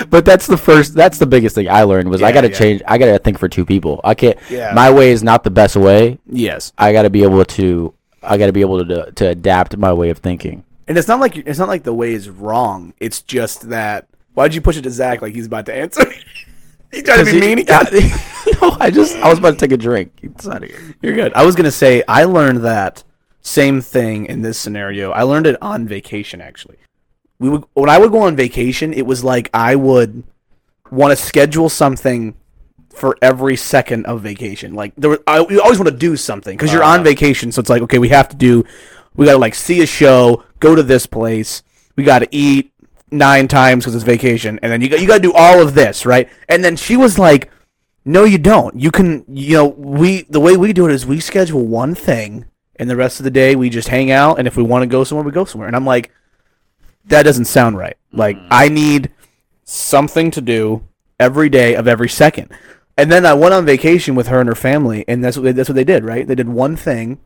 but that's the first. That's the biggest thing I learned was I
Yeah,
got to
yeah.
change. I got to think for two people. I can't.
Yeah.
My way is not the best way.
yes,
I got to be able to. I got to be able to to adapt my way of thinking.
and it's not like it's not like the way is wrong. It's just that why'd you push it to Zach like he's about to answer? you trying to be mean?
no, I just I was about to take a drink. It's out of here.
You're good. I was gonna say I learned that same thing in this scenario. I learned it on vacation actually. We would when I would go on vacation, it was like I would want to schedule something for every second of vacation. Like there, was, I you always want to do something because you're on vacation, so it's like okay, we have to do. We gotta like see a show, go to this place. We gotta eat nine times because it's vacation, and then you got you gotta do all of this right. And then she was like, "No, you don't. You can, you know, we the way we do it is we schedule one thing, and the rest of the day we just hang out. And if we want to go somewhere, we go somewhere." And I'm like, "That doesn't sound right. Like I need." something to do every day of every second. And then I went on vacation with her and her family, and that's what they, that's what they did, right? They did one thing,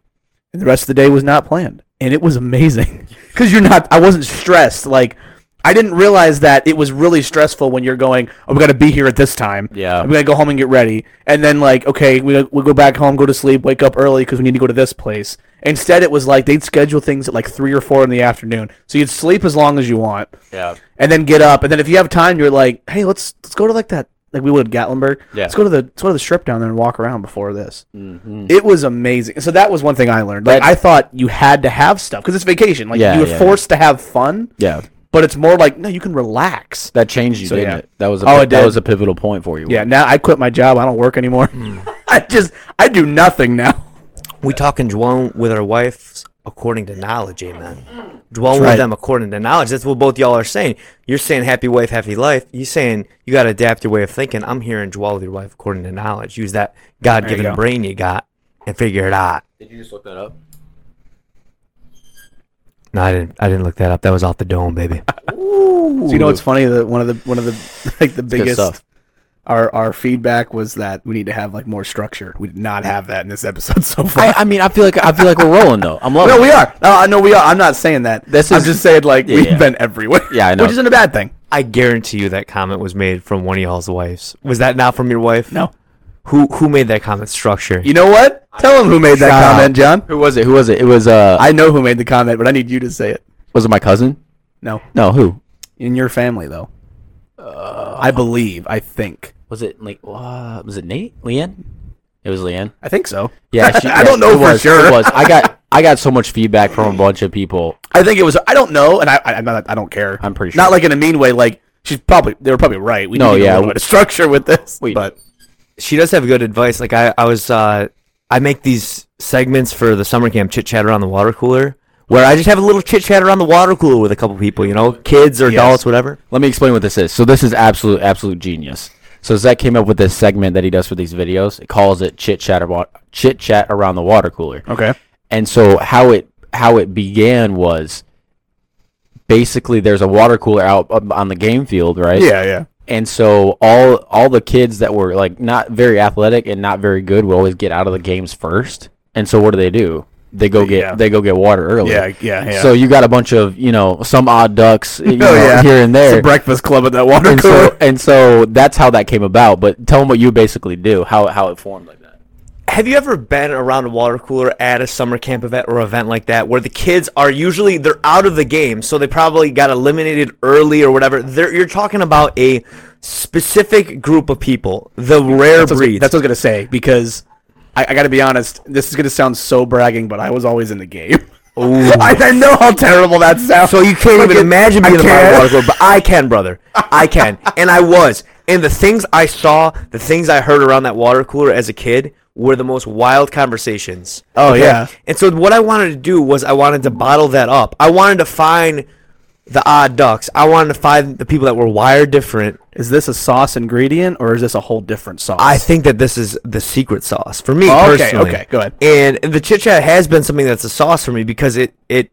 and the rest of the day was not planned, and it was amazing because you're not. I wasn't stressed. Like I didn't realize that it was really stressful when you're going. Oh, we got to be here at this time.
Yeah.
we got to go home and get ready, and then like okay, we we go back home, go to sleep, wake up early because we need to go to this place. Instead, it was like they'd schedule things at like three or four in the afternoon, so you'd sleep as long as you want
Yeah.
and then get up. And then if you have time, you're like, hey, let's let's go to like that like we would at Gatlinburg.
Yeah.
Let's go to the let's go to the strip down there and walk around before this. It was amazing. So that was one thing I learned. Like
Mm-hmm. That-
I thought you had to have stuff because it's vacation. Like
Yeah,
you were
yeah,
forced to have fun,
Yeah.
but it's more like no, you can relax.
That changed you, didn't
yeah.
it? That was a,
Oh, it
that
did.
was a pivotal point for you.
Yeah. Now I quit my job. I don't work anymore.
Hmm.
I just I do nothing now.
we talk and dwell with our wives according to knowledge, amen. Dwell with
Mm. right.
them according to knowledge. That's what both y'all are saying. You're saying happy wife, happy life. You're saying you got to adapt your way of thinking. I'm hearing dwell with your wife according to knowledge. Use that God given
go.
brain you got and figure it out.
Did you just look that up?
No, I didn't. I didn't look that up. That was off the dome, baby.
So you know what's funny? That one of the one of the like the biggest
stuff.
our our feedback was that we need to have like more structure. We did not have that in this episode so far.
I, I mean, I feel like I feel like we're rolling though. I'm loving.
No,
it.
we are. No, I know we are. I'm not saying that.
Oh. This
I'm
is-
just saying like we've
yeah.
been everywhere.
Yeah, I know.
Which isn't a bad thing.
I guarantee you that comment was made from one of y'all's wives. Was that not from your wife?
No.
Who who made that comment? Structure.
You know what? Tell him who made that
Shout out.
comment, John.
Who was it? Who was it? It was uh,
I know who made the comment, but I need you to say it.
was it my cousin?
No,
No, who
in your family though.
Uh,
I believe. I think.
was it? Like, uh, was it Nate? Leanne? It was Leanne.
I think so.
Yeah, she,
I
yeah,
don't know
it
for
was,
sure.
It was. I got I got so much feedback from a bunch of people.
I think it was. I don't know, and I I, I'm not, I don't care.
I'm pretty
Not
sure.
like in a mean way. Like she's probably they were probably right. We
No,
need
yeah,
a little
we-
bit of structure with this.
we-
but
she does have good advice. Like I, I was, uh, I make these segments for the summer camp chit chat around the water cooler, where I just have a little chit chat around the water cooler with a couple people, you know, kids or adults, whatever.
Let me explain what this is. So this is absolute absolute genius. So Zach came up with this segment that he does for these videos. It calls it chit chat about chit chat around the water cooler.
okay.
And so how it how it began was basically there's a water cooler out up on the game field, right?
Yeah, yeah.
And so all all the kids that were like not very athletic and not very good would always get out of the games first. And so what do they do? They go get
Yeah.
they go get water early.
Yeah, yeah, yeah. Oh,
So you got a bunch of you know some odd ducks you know,
yeah.
here and
It's
there.
a breakfast club at that water
and
cooler.
so and so that's how that came about. But tell them what you basically do, how how it formed like that.
Have you ever been around a water cooler at a summer camp event or event like that where the kids are usually they're out of the game, so they probably got eliminated early or whatever? They're, you're talking about a specific group of people, the
That's what,
rare
I was-
breed.
that's what I was gonna say because I, I got to be honest. This is gonna sound so bragging, but I was always in the game. I, I know how terrible that sounds.
So you can't even
Fucking-
imagine
I
being a
can't.
bottle water girl, but I can, brother. I can, and I was. And the things I saw, the things I heard around that water cooler as a kid were the most wild conversations.
Oh, yeah.
And so what I wanted to do was I wanted to bottle that up. I wanted to find the odd ducks. I wanted to find the people that were wired different.
Is this a sauce ingredient or is this a whole different sauce?
I think that this is the secret sauce for me
Oh, okay,
personally.
okay, go ahead.
And and the chit chat has been something that's a sauce for me because it it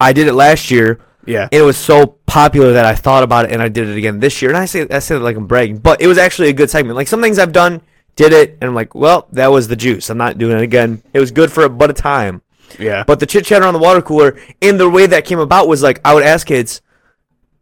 I did it last year.
Yeah.
And it was so popular that I thought about it and I did it again this year. And I say I say that like I'm bragging, but it was actually a good segment. Like some things I've done, did it, and I'm like, well, that was the juice. I'm not doing it again. It was good for a but a time.
yeah.
But the chit chat around the water cooler and the way that came about was like I would ask kids,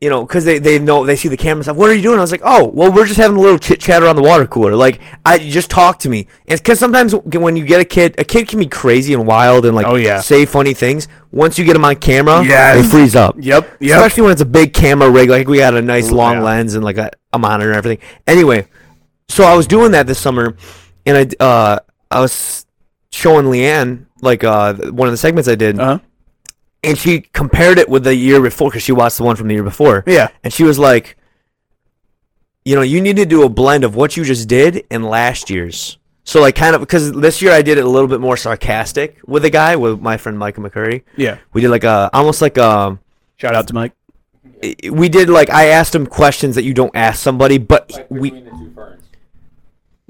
you know, because they, they know they see the camera and stuff. What are you doing? I was like, oh, well, we're just having a little chit chat around the water cooler. Like, I just talk to me. And because sometimes when you get a kid, a kid can be crazy and wild and like
Oh, yeah.
say funny things. Once you get them on camera,
Yes.
they freeze up.
Yep, yep.
Especially when it's a big camera rig, like we got a nice long
yeah.
lens and like a, a monitor and everything. Anyway, so I was doing that this summer, and I uh, I was showing Leanne like uh, th- one of the segments I did,
Uh-huh.
and she compared it with the year before because she watched the one from the year before.
Yeah.
and she was like, you know, you need to do a blend of what you just did and last year's. So like kind of because this year I did it a little bit more sarcastic with a guy with my friend Michael McCurry.
Yeah.
We did like a almost like um
Shout out to Mike.
we did like I asked him questions that you don't ask somebody, but we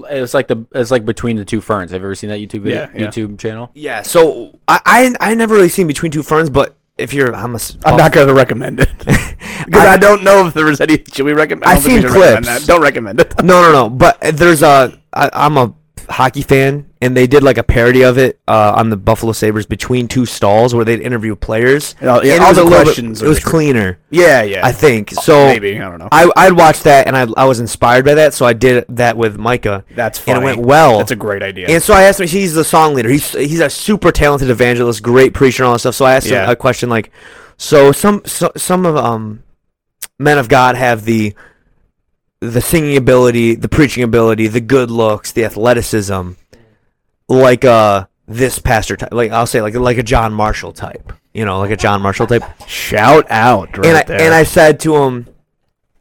It's like the it's like between the two ferns. Have you ever seen that YouTube video,
Yeah, yeah.
YouTube channel?
yeah. So I, I I never really seen between two ferns, but if you're I'm a s-
I'm not going to recommend it. Because I, don't know if there was any. Should we recommend? I
I've
don't think we
seen
should recommend
clips.
that. Don't recommend it.
no no no, but there's a I, I'm a hockey fan, and they did like a parody of it uh, on the Buffalo Sabers between two stalls where they'd interview players.
And all- yeah,
and
all
it was
the
a little bit-
questions
It
are
was
different.
cleaner.
Yeah, yeah.
I think so.
Maybe, I don't know.
I I'd watched that and I I was inspired by that, so I did that with Micah.
That's
and
funny.
it went well.
That's a great idea.
And so I asked him. He's the song leader. He's he's a super talented evangelist, great preacher, and all that stuff. So I asked him
Yeah.
a question like, so some so, some of um men of God have the the singing ability, the preaching ability, the good looks, the athleticism, like uh this pastor type. Like I'll say like like a John Marshall type. You know, like a John Marshall type.
Shout out right
and I
there.
and I said to him.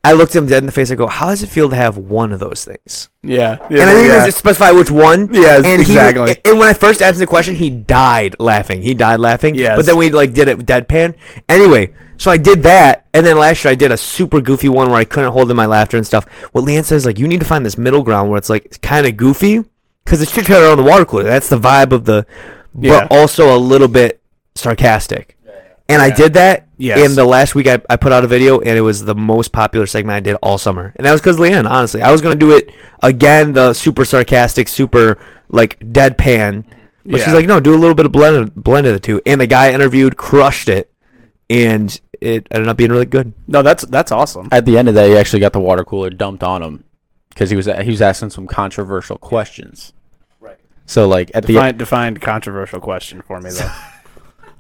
I looked him dead in the face. I go, "How does it feel to have one of those things?"
yeah,
and I didn't even specify which one.
Yes,
and
exactly.
He, and when I first asked him the question, he died laughing. He died laughing.
Yes.
But then we like did it with deadpan. Anyway, so I did that, and then last year I did a super goofy one where I couldn't hold in my laughter and stuff. What Leanne says, like, you need to find this middle ground where it's like kind of goofy, because it's chit chat around the water cooler. That's the vibe of the, but
Yeah.
also a little bit sarcastic. And I did that.
Yes.
In the last week, I, I put out a video, and it was the most popular segment I did all summer. And that was because Leanne, honestly. I was going to do it again, the super sarcastic, super, like, deadpan. But she's
Yeah.
like, no, do a little bit of blend of, blend of the two. And the guy I interviewed crushed it, and it ended up being really good.
no, that's that's awesome.
At the end of that, he actually got the water cooler dumped on him because he was he was asking some controversial questions. Right. So like at the e-
Define, define controversial question for me though.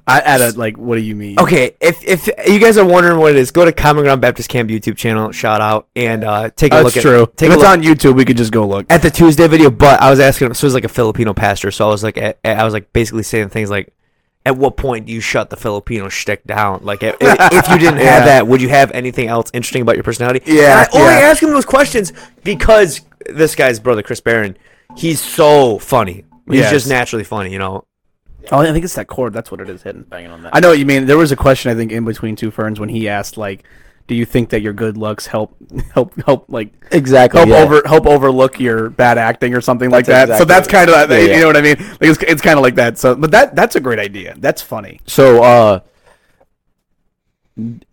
I at a like, what do you mean?
Okay, if, if you guys are wondering what it is, go to Common Ground Baptist Camp YouTube channel, shout out, and uh, take
that's
a look at
true.
Take
if
a
it's
look.
on YouTube, we could just go look.
at the Tuesday video, but I was asking him. So it was like a Filipino pastor. So I was like, I, I was like basically saying things like, "At what point do you shut the Filipino shtick down? Like, if, if you didn't have
Yeah.
that, would you have anything else interesting about your personality?"
Yeah,
And I only
yeah.
asked him those questions because this guy's brother, Chris Barron, he's so funny. He's
Yes.
just naturally funny, you know.
Oh, I think it's that chord. That's what it is hitting.
banging on that.
I know what you mean. There was a question I think in between two ferns when he asked like, "Do you think that your good looks help help help like
exactly.
help
yeah.
over help overlook your bad acting or something like that?"
That's
So
exactly
Oh, that's kind of
Yeah, yeah.
you know what I mean. Like it's, it's kind of like that. So, but that that's a great idea. That's funny.
So uh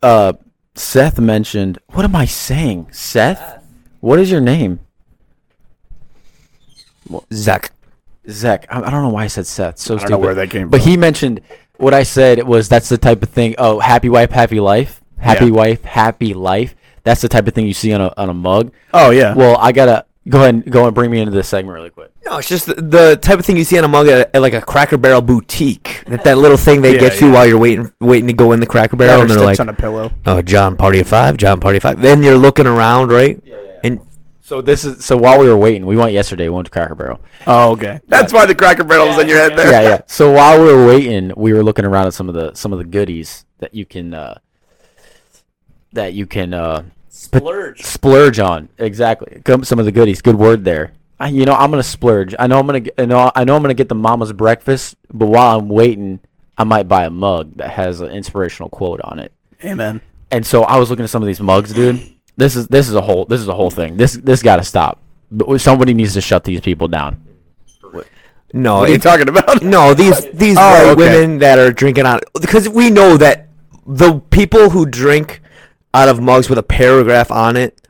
uh Seth mentioned what am I saying? Seth? What is your name?
Zach.
Zach. I, I don't know why I said Seth. So
don't know
stupid.
where that came
But
from.
he mentioned what I said was that's the type of thing. Oh, happy wife, happy life. Happy
Yeah.
wife, happy life. That's the type of thing you see on a on a mug.
Oh yeah.
Well, I gotta go ahead and go and bring me into this segment really quick.
No, it's just the, the type of thing you see on a mug at, at like a Cracker Barrel boutique. That that little thing they
Yeah,
get you
yeah.
while you're waiting waiting to go in the Cracker
Better
Barrel, and they're
sticks
like,
on a pillow.
Oh, John Party of Five, John Party of Five. Then you're looking around, right? And
So this is so while we were waiting, we went yesterday. We went to Cracker Barrel.
Oh, okay.
That's why the Cracker Barrel was in your head there.
yeah, yeah. So while we were waiting, we were looking around at some of the some of the goodies that you can uh, that you can uh,
Splurge.
splurge on. Exactly, Come- some of the goodies. Good word there. I, you know, I'm gonna splurge. I know I'm gonna. Get, I know I know I'm gonna get the mama's breakfast. But while I'm waiting, I might buy a mug that has an inspirational quote on it.
Amen.
And so I was looking at some of these mugs, dude. This is this is a whole this is a whole thing. This this got to stop. But somebody needs to shut these people down.
No,
What are you
it's-
talking about? Oh,
No, these these white
okay.
women that are drinking out because we know that the people who drink out of mugs with a paragraph on it,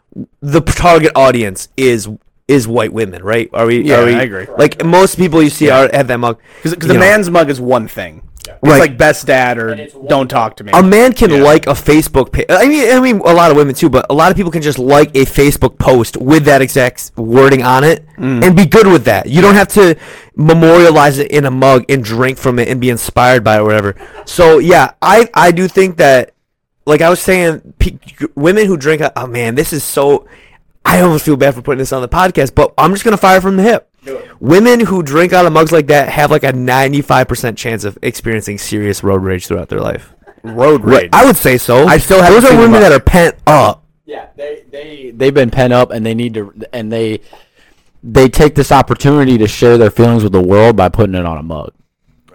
the p- target audience is is white women, right? Are we?
Yeah,
are we,
I agree.
Like most people you see are have that mug
Because
you
the
know,
man's mug is one thing. It's
Right.
like best dad or
it's one-
don't talk to me.
A man can like a Facebook page. I mean, I mean, a lot of women too, but a lot of people can just like a Facebook post with that exact s- wording on it and be good with that. You don't have to memorialize it in a mug and drink from it and be inspired by it or whatever. So yeah, I I do think that, like I was saying, pe- women who drink. Oh man, this is so. I almost feel bad for putting this on the podcast, but I'm just gonna fire from the hip. Women who drink out of mugs like that have like a 95% chance of experiencing serious road rage throughout their life.
road
Right.
rage.
I would say so. I
still haven't
Those are
seen
women
them
that
up.
are pent up.
Yeah, they they they've been pent up and they need to and they they take this opportunity to share their feelings with the world by putting it on a mug.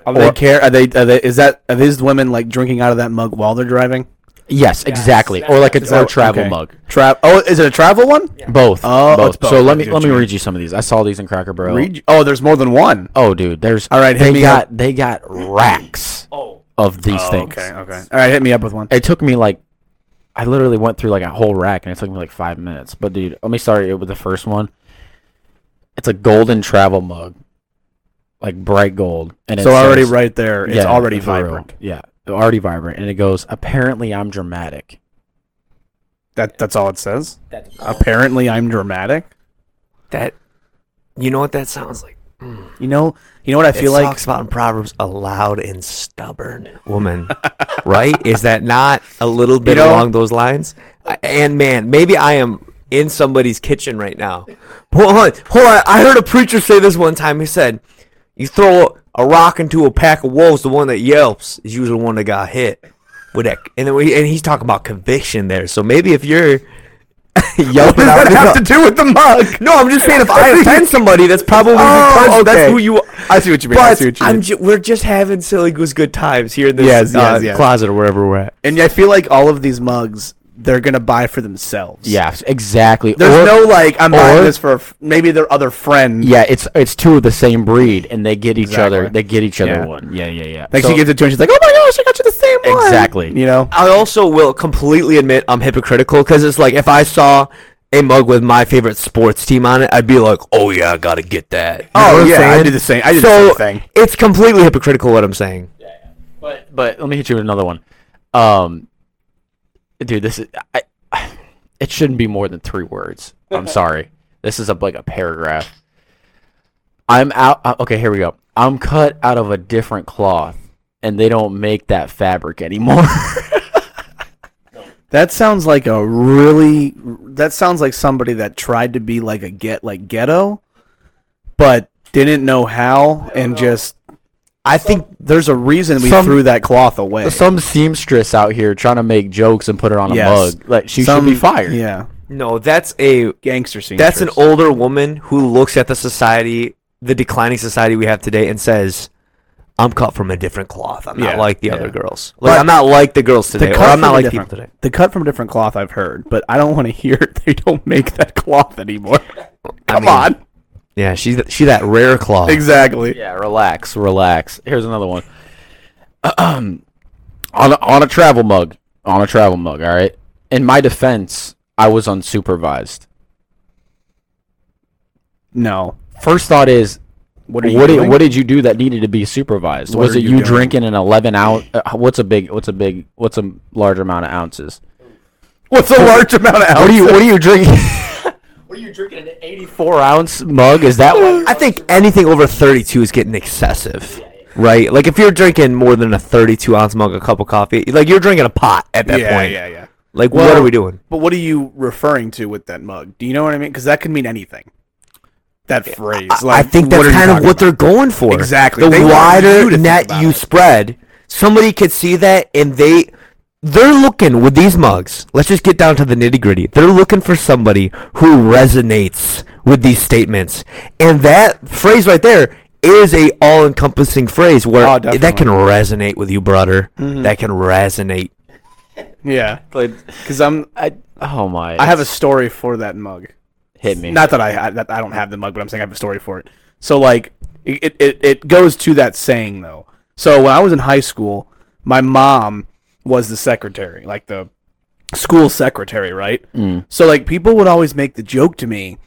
Are they care? Are they? Are they? Is that? Are these women like drinking out of that mug while they're driving?
Yes, exactly. Or like a, or a travel
Okay.
mug.
Tra- oh, is it a travel one?
Both.
Oh,
both.
it's both.
So let
I
me
see
let
what
me
you
read you some of these. I saw these in Cracker Barrel.
Read- Oh, there's more than one.
Oh, dude, there's
All right, hit
They
me
got they got racks
Oh,
of these
Oh,
things.
okay. Okay. All right, hit me up with one.
It took me like I literally went through like a whole rack and it took me like five minutes. But dude, let me start with the first one. It's a golden travel mug, like bright gold, and it
So already
says-
right there, it's
Yeah,
already
for real.
vibrant.
Yeah, already vibrant, and it goes. Apparently, I'm dramatic.
That that's all it says.
that's
Apparently, I'm dramatic.
That you know what that sounds like.
You know. You know what I
It
feel like?
talks about in Proverbs a loud and stubborn woman, right? Is that not a little bit
know-
along those lines? I- And man, maybe I am in somebody's kitchen right now. Hold on, hold on. I heard a preacher say this one time. He said, "You throw a rock into a pack of wolves, the one that yelps is usually the one that got hit." With that, and then we, and he's talking about conviction there. So maybe if you're yelping out,
do with the mug?
no, I'm just saying if I offend somebody, that's probably
Oh,
because
okay.
that's who you are.
I see what you mean. I
But
see what you mean.
I'm ju- we're just having silly goose good times here in this
Yes,
uh,
yes, yes.
closet or wherever we're at.
and I feel like all of these mugs, they're gonna buy for themselves.
Yeah, exactly.
There's
Or-
no like I'm buying
or-
this for a f- maybe their other friend.
Yeah, it's it's two of the same breed, and they get each other.
Exactly.
They get each other
Yeah.
one. Yeah, yeah, yeah.
Like
So-
she gives it to him, she's like, "Oh my gosh, I got you the same one."
Exactly.
You know.
I also will completely admit I'm hypocritical because it's like if I saw a mug with my favorite sports team on it, I'd be like, oh yeah, I gotta get that. You
Oh,
know what I'm
yeah, I
saying?
did the same- I did the
so
same thing.
It's completely hypocritical what I'm saying.
But but let me hit you with another one. Um, dude, this is I. It shouldn't be more than three words. I'm sorry. This is a like a paragraph. I'm out. uh, Okay, here we go. I'm cut out of a different cloth, and they don't make that fabric anymore.
That sounds like a really. That sounds like somebody that tried to be like a get like ghetto, but didn't know how, and just
I think
there's a reason we
Some-
threw that cloth away.
Some seamstress out here trying to make jokes and put it on a
Yes.
mug. Like she
Some-
should be fired.
Yeah,
no, that's a
gangster scene.
that's an older woman who looks at the society, the declining society we have today, and says, "I'm cut from a different cloth. I'm
Yeah,
not like the
yeah.
other girls. Like
But-
I'm not like the girls today, or
cut
I'm not
from a
like
different-
people today."
The cut from a different cloth I've heard, but I don't want to hear they don't make that cloth anymore. Come
mean- uh,
on,
Yeah, she's th- she that rare cloth.
exactly.
Yeah, relax, relax. Here's another one. on a, on a travel mug, on a travel mug. All right. In my defense, I was unsupervised.
No,
First thought is,
what are you
what did,
doing?
what did you do that needed to be supervised?
What
was
are
it
you
you
doing?
drinking an eleven ounce? Uh, what's a big? What's a big? What's a large amount of ounces?
What's a large amount of?
What are you? What are you drinking?
what are you drinking? An eighty-four.
Four ounce mug? Is that what?
I think anything over 32 is getting excessive, right? Like if you're drinking more than a 32 ounce mug, a cup of coffee, like you're drinking a pot at that
Yeah,
point.
yeah, yeah.
Like, what
Well-
are we doing?
But what are you referring to with that mug? Do you know what I mean? Because that could mean anything. That phrase.
I
Like,
think
what
that's
are you
kind of
talking
what
about?
they're going for.
Exactly.
The
They want you
wider
to think
net
about
you
it.
spread, somebody could see that, and they they're looking with these mugs. Let's just get down to the nitty gritty. They're looking for somebody who resonates with these statements, and that phrase right there is a all encompassing phrase where
Oh,
that can
definitely. Mm-hmm.
resonate with you, brother. That can resonate.
Yeah. Because I'm.
I, oh my!
I have a story for that mug.
hit me.
Not that I I- that I don't have the mug, but I'm saying I have a story for it. So like it it, it goes to that saying though. So when I was in high school, my mom was the secretary, like the school secretary, right? So like people would always make the joke to me,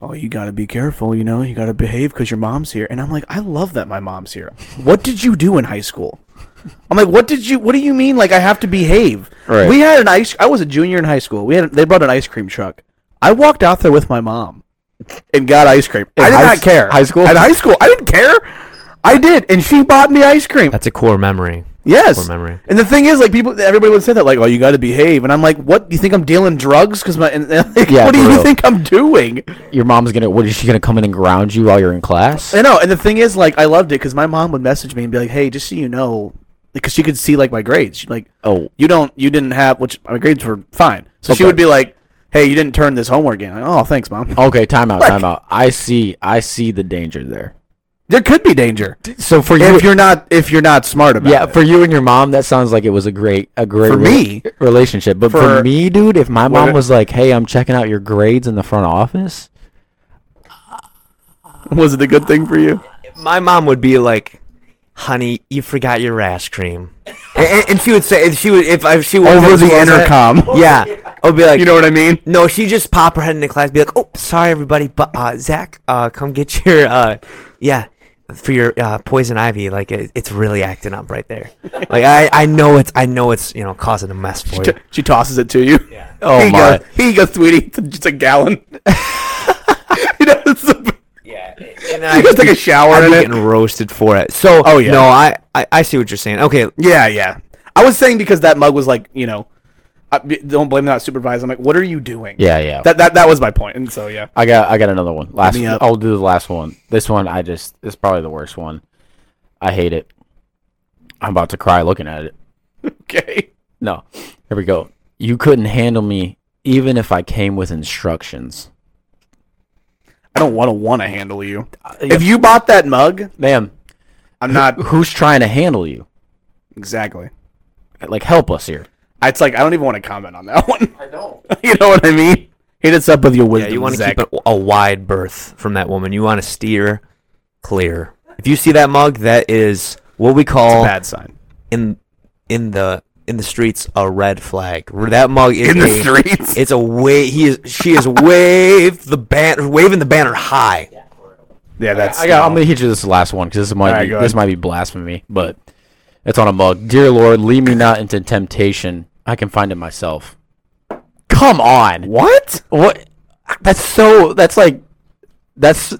"Oh, you got to be careful, you know, you got to behave cuz your mom's here." And I'm like, "I love that my mom's here. What did you do in high school?" I'm like, "What did you what do you mean like I have to behave?"
Right.
We had an ice I was a junior in high school. We had they brought an ice cream truck. I walked out there with my mom and got ice cream. I did
high
not
s-
care.
high school?
At high school, I didn't care. I did, and she bought me ice cream.
That's a core memory.
Yes.
Poor memory.
And the thing is, like people, everybody would say that, like, "Oh, you got to behave," and I'm like, "What? Do you think I'm dealing drugs? Because my, and, and, like,
Yeah,
what do
for
you
real.
think I'm doing?"
Your mom's gonna. What is she gonna come in and ground you while you're in class?
I know. And the thing is, like, I loved it because my mom would message me and be like, "Hey, just so you know," because she could see like my grades. She'd be like,
Oh.
you don't, you didn't have," which my grades were fine. So she
Okay.
would be like, "Hey, you didn't turn this homework in." Like, oh, thanks, mom.
Okay, timeout, timeout. I see. I see the danger there.
There could be danger
So for
if you're not if you're not smart about
yeah,
it.
for you and your mom, that sounds like it was a great, a great
For
rela-
me.
relationship. But for,
For-
me, dude, if my mom
it-
was like, "Hey, I'm checking out your grades in the front office,"
Was it a good thing for you?
my mom would be like, "Honey, you forgot your rash cream," and, and, and she would say, and she would if I, she would
Over the intercom.
yeah, I would be like,
You know what I mean?
no, she just pop her head into class, be like, "Oh, sorry everybody, but uh, Zach, uh, come get your uh, yeah." For your uh, poison ivy, like it, it's really acting up right there. Like I, I know it's, I know it's, you know, causing a mess for you.
T- She tosses it to you. Yeah.
Oh,
here you
my.
Go, here you go, sweetie. It's just a gallon. you know, it's a,
Yeah. it-
And
it-
then I
you just take a shower
I'd
in
be
it.
getting roasted for it. So,
Oh, yeah.
no, I, I, I see what you're saying. Okay,
Yeah, yeah. I was saying because that mug was like, you know, I, b- don't blame that supervisor. I'm like, what are you doing?
yeah, yeah.
That that that was my point. And so yeah.
I got, I got another one. Last,
me up.
I'll do the last one. This one, I just, it's probably the worst one. I hate it. I'm about to cry looking at it.
Okay.
No, here we go. You couldn't handle me even if I came with instructions,
I don't want to want to handle you. If you bought that mug,
ma'am.
I'm not
Who's trying to handle you?
exactly.
Like, help us here.
It's like I don't even want to comment on that one.
I don't.
you know what I mean? Hit us up with your
Yeah,
wisdom.
you want to
Zach.
keep a, a wide berth from that woman. You want to steer clear. If you see that mug, that is what we call
bad sign.
in in the in the streets a red flag. R- That mug is
In the
a-
streets.
It's a way he is she is wave the banner waving the banner high.
Yeah, that's
I got, I'm gonna hit you this last one because this might
Alright,
be,
go
this
ahead.
might be blasphemy, but it's on a mug. Dear Lord, lead me not into temptation. I can find it myself. Come on,
what?
what? That's so. That's like. That's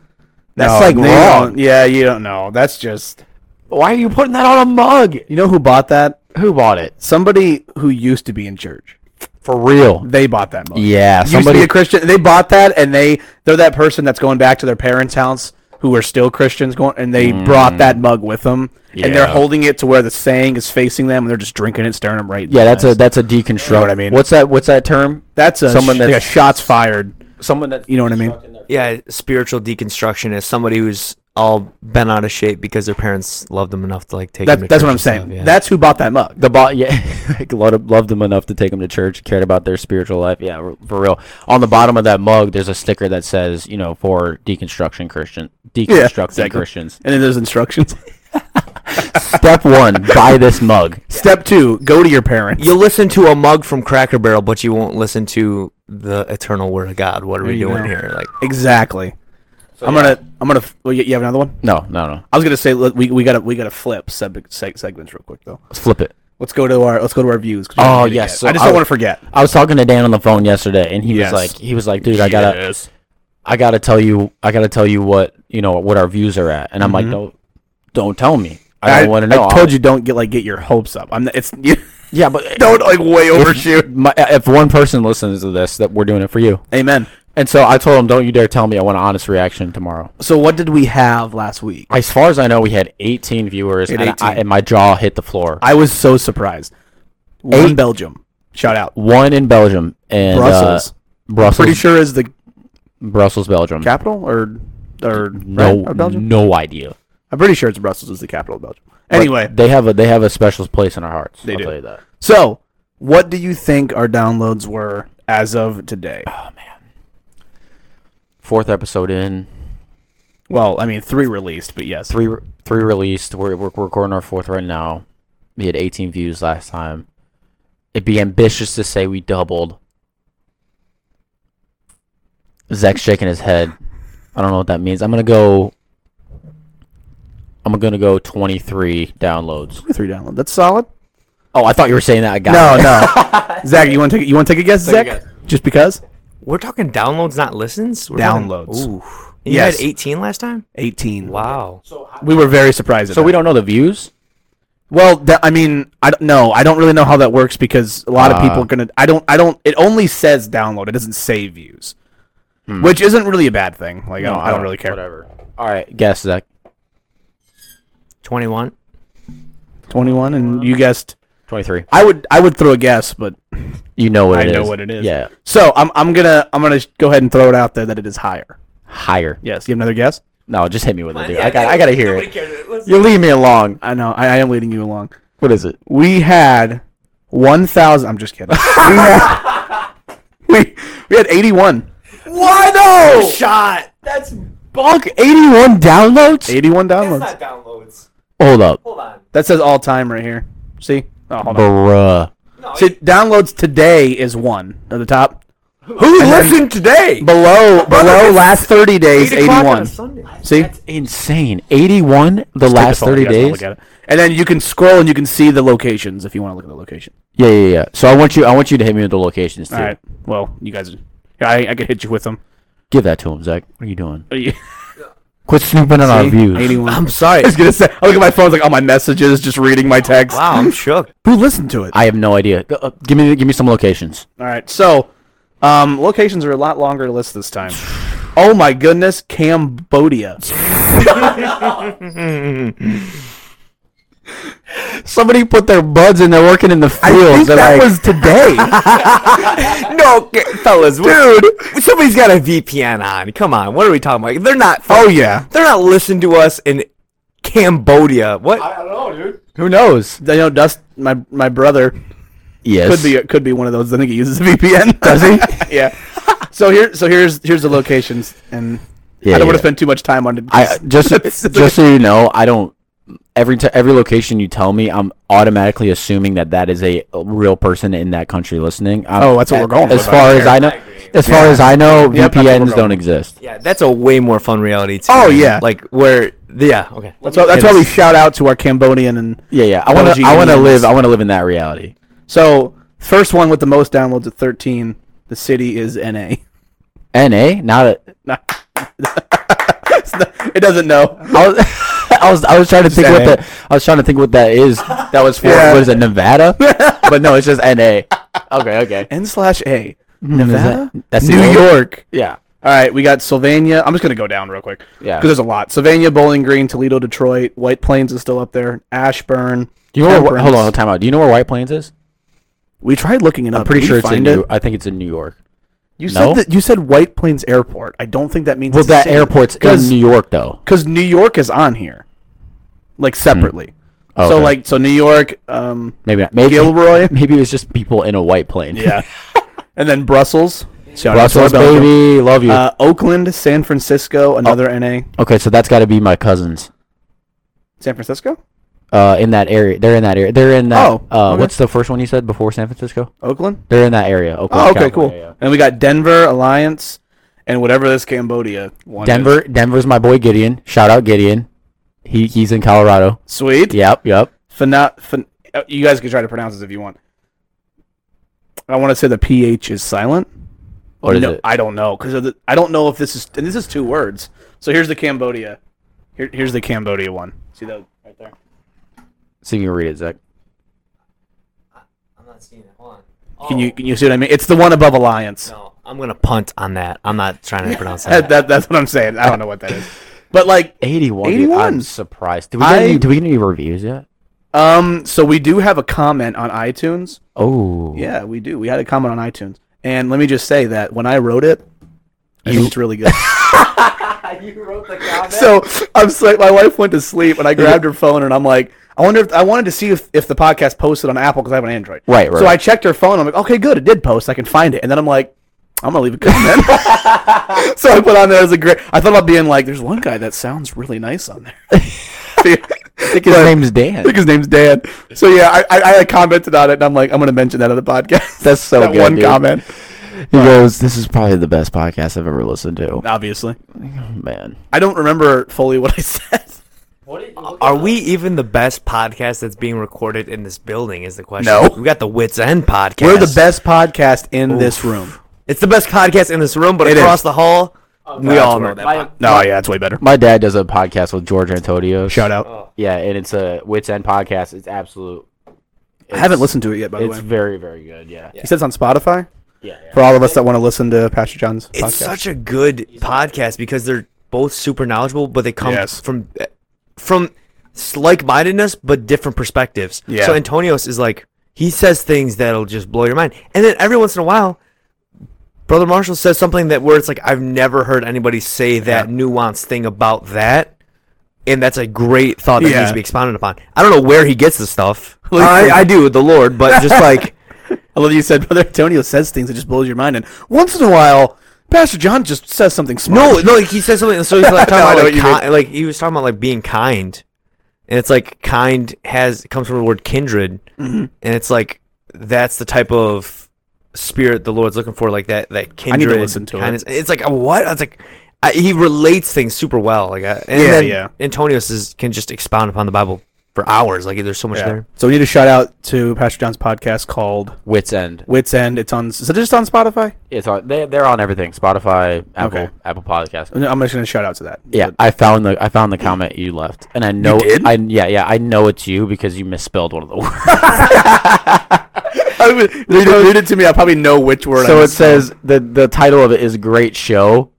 that's
No,
like
you
wrong.
don't- Yeah, you don't know. That's just
Why are you putting that on a mug?
You know who bought that?
Who bought it?
Somebody who used to be in church.
For real?
They bought that mug.
Yeah,
used to be
somebody.
a Christian. They bought that, and they they're that person that's going back to their parents' house who are still Christians, going and they brought that mug with them, and they're
Yeah.
holding it to where the saying is facing them, and they're just drinking it, staring them right. in
yeah,
the
that's a
eyes.
that's a deconstruct.
what I mean?
What's that? What's that term?
that's a
someone
someone that's like a
that's-
shots fired.
Someone that
You know what I mean?
Yeah, spiritual deconstruction is somebody who's all bent out of shape because their parents loved them enough to like take. them
That,
to
that's
church
what I'm
and stuff,
saying.
yeah.
That's who bought that mug.
The bot, yeah, like, loved, loved them enough to take them to church, cared about their spiritual life. Yeah, r- for real. On the bottom of that mug, there's a sticker that says, you know, for deconstruction Christian, deconstructing
exactly.
Christians.
And then there's instructions.
Step one, buy this mug.
Step two: go to your parents.
You'll listen to a mug from Cracker Barrel, but you won't listen to the eternal word of God. What are we
you
doing
go.
here? Like
exactly. I'm gonna. I'm gonna. Well, you you have another one.
No, no, no.
I was gonna say look, we we gotta we gotta flip seg- seg- segments real quick though.
Let's flip it.
Let's go to our let's go to our views. 'cause we
Oh,
haven't hit it
yes,
yet.
so
I just
I
don't
w-
want to forget.
I was talking to Dan on the phone yesterday, and he
Yes.
was like, he was like, dude, I gotta, I gotta tell you, I gotta tell you what, you know, what our views are at. And I'm like, no, don't tell me. I don't want to know.
I told you don't get like get your hopes up. I'm. It's you,
Yeah, but
Don't like way overshoot.
if, my, if one person listens to this, that we're doing it for you.
Amen.
And so I told him, don't you dare tell me I want an honest reaction tomorrow.
So what did we have last week?
As far as I know, we had 18 viewers,
Hit
and,
18.
I, and my jaw hit the floor.
I was so surprised. One
Eight-
Belgium. Shout out.
One in Belgium and
Brussels.
Brussels, Brussels,
Pretty sure is the
Brussels, Belgium.
capital or or
no,
right? Or Belgium.
no idea.
I'm pretty sure it's Brussels is the capital of Belgium.
But
Anyway,
they have a they have a special place in our hearts.
They
I'll
do.
tell you that.
so what do you think our downloads were as of today?
Fourth episode in,
Well, I mean three released, but yes,
three re- three released. We're, we're recording our fourth right now. We had 18 views last time. It'd be ambitious to say we doubled. Zach's shaking his head. I don't know what that means. I'm gonna go. I'm gonna go 23 downloads.
three downloads. That's solid.
Oh, I thought you were saying that. I got it.
Oh, no. Zach, you want to take you want to take a guess,
Take a
Zach?
guess.
Just because
We're talking downloads, not listens. We're talking-
Downloads.
Ooh. You
Yes.
had 18 last time.
18.
Wow.
So how,
We were very surprised. At
So
that.
we don't know the views.
Well, that, I mean, I don't know. I don't really know how that works because a lot of people
Ah.
are gonna. I don't. I don't. It only says download. It doesn't say views, which isn't really a bad thing. Like I, don't, I don't really care.
Whatever. All right, guess Zach.
21.
Twenty-one, and you guessed.
23.
I would. I would throw a guess, but
You know what
I
it is.
know what it is.
Yeah,
So I'm. I'm gonna. I'm gonna go ahead and throw it out there that it is higher.
higher.
Yes. You have another guess?
No, just hit me with it, dude.
Yeah,
I got. I gotta hear
nobody
it.
cares. Let's-
You leave me alone.
I know. I, I am leading you along.
What is it?
We had one thousand. I'm just kidding. we, had, we we had eighty-one.
Why no?
Shot. That's
Fuck. 81 downloads.
Eighty-one
that's
downloads.
not downloads.
Hold up,
Hold on.
That says all time right here. See? Oh, hold on.
bruh.
No,
See, downloads today is one at the top.
Who
And then-
listened today?
Below, below last 30 days, 81. See?
That's
Insane. 81 the
Take
last
the phone,
30
you guys can
days.
look at it. And then you can scroll and you can see the locations if you want to look at the location.
Yeah, yeah, yeah. So I want you. I want you to hit me with the locations too.
All right. Well, you guys, I, I could hit you with them.
Give that to him, Zach. What are you doing?
See?
Quit snooping on our views.
81.
I'm sorry.
I was gonna say, I look at my phone, it's like all my messages, just reading my text.
Wow, I'm shook.
Who listened to it?
I have no idea. Go- uh, give me, give me some locations.
All right, so um, locations are a lot longer to list this time. Oh my goodness, Cambodia.
Somebody put their buds in. They're working in the fields. They're like,
today.
No, okay, fellas, dude, somebody's got a VPN on. Come on, what are we talking about? They're not.
oh yeah.
they're not listening to us in Cambodia.
I
What?
don't know, dude.
who knows?
You know, Dust, my my brother
Yes.
could be could be one of those. I think he uses a VPN. Does he? yeah. So here, so here's here's the locations, and
Yeah,
I don't want to
yeah.
spend too much time on it.
I just
It's-
just so you know, I don't. Every t- every location you tell me, I'm automatically assuming that that is a real person in that country listening. I'm,
Oh, that's what we're going
As
with, I
far
don't
as I know,
I agree.
as far as I know,
Yeah, that's what we're
VPNs
going
don't
with.
exist.
Yeah, that's a way more fun reality. TV.
Oh, yeah.
like where? Yeah, okay.
that's why, that's why we shout out to our Cambodian and
Yeah, yeah. I want to. I
Belgians.
want to live. I want to live in that reality.
so first one with the most downloads at 13. The city is NA.
Na, not a.
Nah. It's not- it doesn't know.
I was, I was, I was trying to think what
NA.
that. I was trying to think what that is. That was for
Yeah.
what is it, Nevada? but no, it's just Na. Okay, okay. Mm,
N slash A.
is that-
Nevada.
that's the
New
only-
York.
Yeah.
All right, we got Sylvania. I'm just gonna go down real quick.
Yeah.
because there's a lot. Sylvania, Bowling Green, Toledo, Detroit, White Plains is still up there. Ashburn.
Do you know? Where,
Temperance.
hold on, time out. Do you know where White Plains is?
We tried looking it up.
I'm pretty
Did
sure
we
it's in.
find
New,
it.
I think it's in New York.
You
No?
said that you said White Plains Airport. I don't think that means.
Well, that airport's in
because
New York, though.
because New York is on here, like separately. So
Hmm. Okay.
like so New York, um,
Maybe not. Maybe
Gilroy?
Maybe it was just people in a white plane.
yeah, and then Brussels. Shout out to
Brussels,
Belgium.
baby, Oh. love you.
Uh, Oakland, San Francisco, another NA.
okay, so that's got to be my cousins.
San Francisco,
Uh, in that area, they're in that area. They're in that.
Oh,
uh,
okay.
what's the first one you said before San Francisco?
Oakland.
They're in that area. Oakland,
Oh, okay, cool.
California, yeah.
And we got Denver, Alliance, and whatever this Cambodia one. is.
Denver, Denver's my boy Gideon. Shout out Gideon. He he's in Colorado.
sweet.
Yep, yep.
Fana, fin- uh, you guys can try to pronounce this if you want. I want to say the ph is silent.
What is
no,
it?
I don't know because I don't know if this is and this is two words. So here's the Cambodia. Here, here's the Cambodia one. See that right there?
See if you can read it, Zach.
not seeing it. Hold on. Oh,
Can you can you see what I mean? It's the one above Alliance.
No.
I'm gonna punt on that. I'm not trying to pronounce
That,
that.
that, that's what I'm saying. I don't know what that is, but like
81.
81.
Dude, I'm surprised. Did we, get
I-
any, did we get any reviews yet?
Um, so we do have a comment on iTunes.
Oh.
Yeah, we do. We had a comment on iTunes. And let me just say that when I wrote it, I think it's really good.
you wrote the comment.
so I'm so, my wife went to sleep and I grabbed her phone and I'm like, I wonder if I wanted to see if, if the podcast posted on Apple because I have an Android.
Right, right.
So I checked her phone. I'm like, okay, good. It did post. I can find it. And then I'm like, I'm gonna leave a comment. so I put on there as a great. I thought about being like, there's one guy that sounds really nice on there.
I think his name's Dan.
I think his name's Dan. So yeah, I, I, I commented on it, and I'm like, I'm gonna mention that on the podcast.
That's so
that
good,
one
dude.
comment,
He goes, "This is probably the best podcast I've ever listened to."
obviously.
Oh, Man,
I don't remember fully what I said.
What did you look
Are
up?
we even the best podcast that's being recorded in this building? Is the question?
No.
we got the Wits End podcast.
We're the best podcast in this room.
It's the best podcast in this room, but
It
across
is. Oh,
the hall, we
that's
all know
where-
that.
My-
pod-
No, yeah, it's way better.
my dad does a podcast with George Antonio.
Shout out.
Oh,
Yeah, and it's a Wits End podcast. It's absolute.
I haven't
it's-
listened to it yet, by the
It's
way.
very, very good. Yeah. Yeah.
He says on Spotify
yeah,
for all of us that want to listen to Pastor John's
It's
podcast.
such a good podcast because they're both super knowledgeable, but they come
Yes.
from from like mindedness but different perspectives.
Yeah.
So Antonios is like he says things that'll just blow your mind, and then every once in a while, Brother Marshall says something that where it's like I've never heard anybody say that nuanced thing about that. And that's a great thought that
Yeah.
needs to be expounded upon. I don't know where he gets this stuff.
Like-
I, I do, the Lord, but just like
I love that you said Brother Antonio says things that just blows your mind, and once in a while, Pastor John just says something smart.
No, no, like he said something. So he's like
No, I know
talking
what you
about like, ki- like he was talking about like being kind, and it's like kind has comes from the word kindred,
Mm-hmm.
and it's like that's the type of spirit the Lord's looking for, like that that
need to
kindred.
listen to it.
kindness. It's like a what? It's like I, he relates things super well. Like I, and
Yeah,
then
yeah.
Antonius is, can just expound upon the Bible for hours. Like there's so much
Yeah.
there.
So we need a shout out to Pastor John's podcast called
Wits End.
Wits End. It's on. Is it just on Spotify?
It's on. They, they're on everything. Spotify, Apple,
Okay.
Apple Podcast.
I'm just gonna shout out to that.
Yeah, I found the I found the comment you left, and I know
did?
I yeah yeah I know it's you because you misspelled one of the words.
I would, read, it, read it to me. I probably know which word.
so
I'm
it says the the title of it is great show,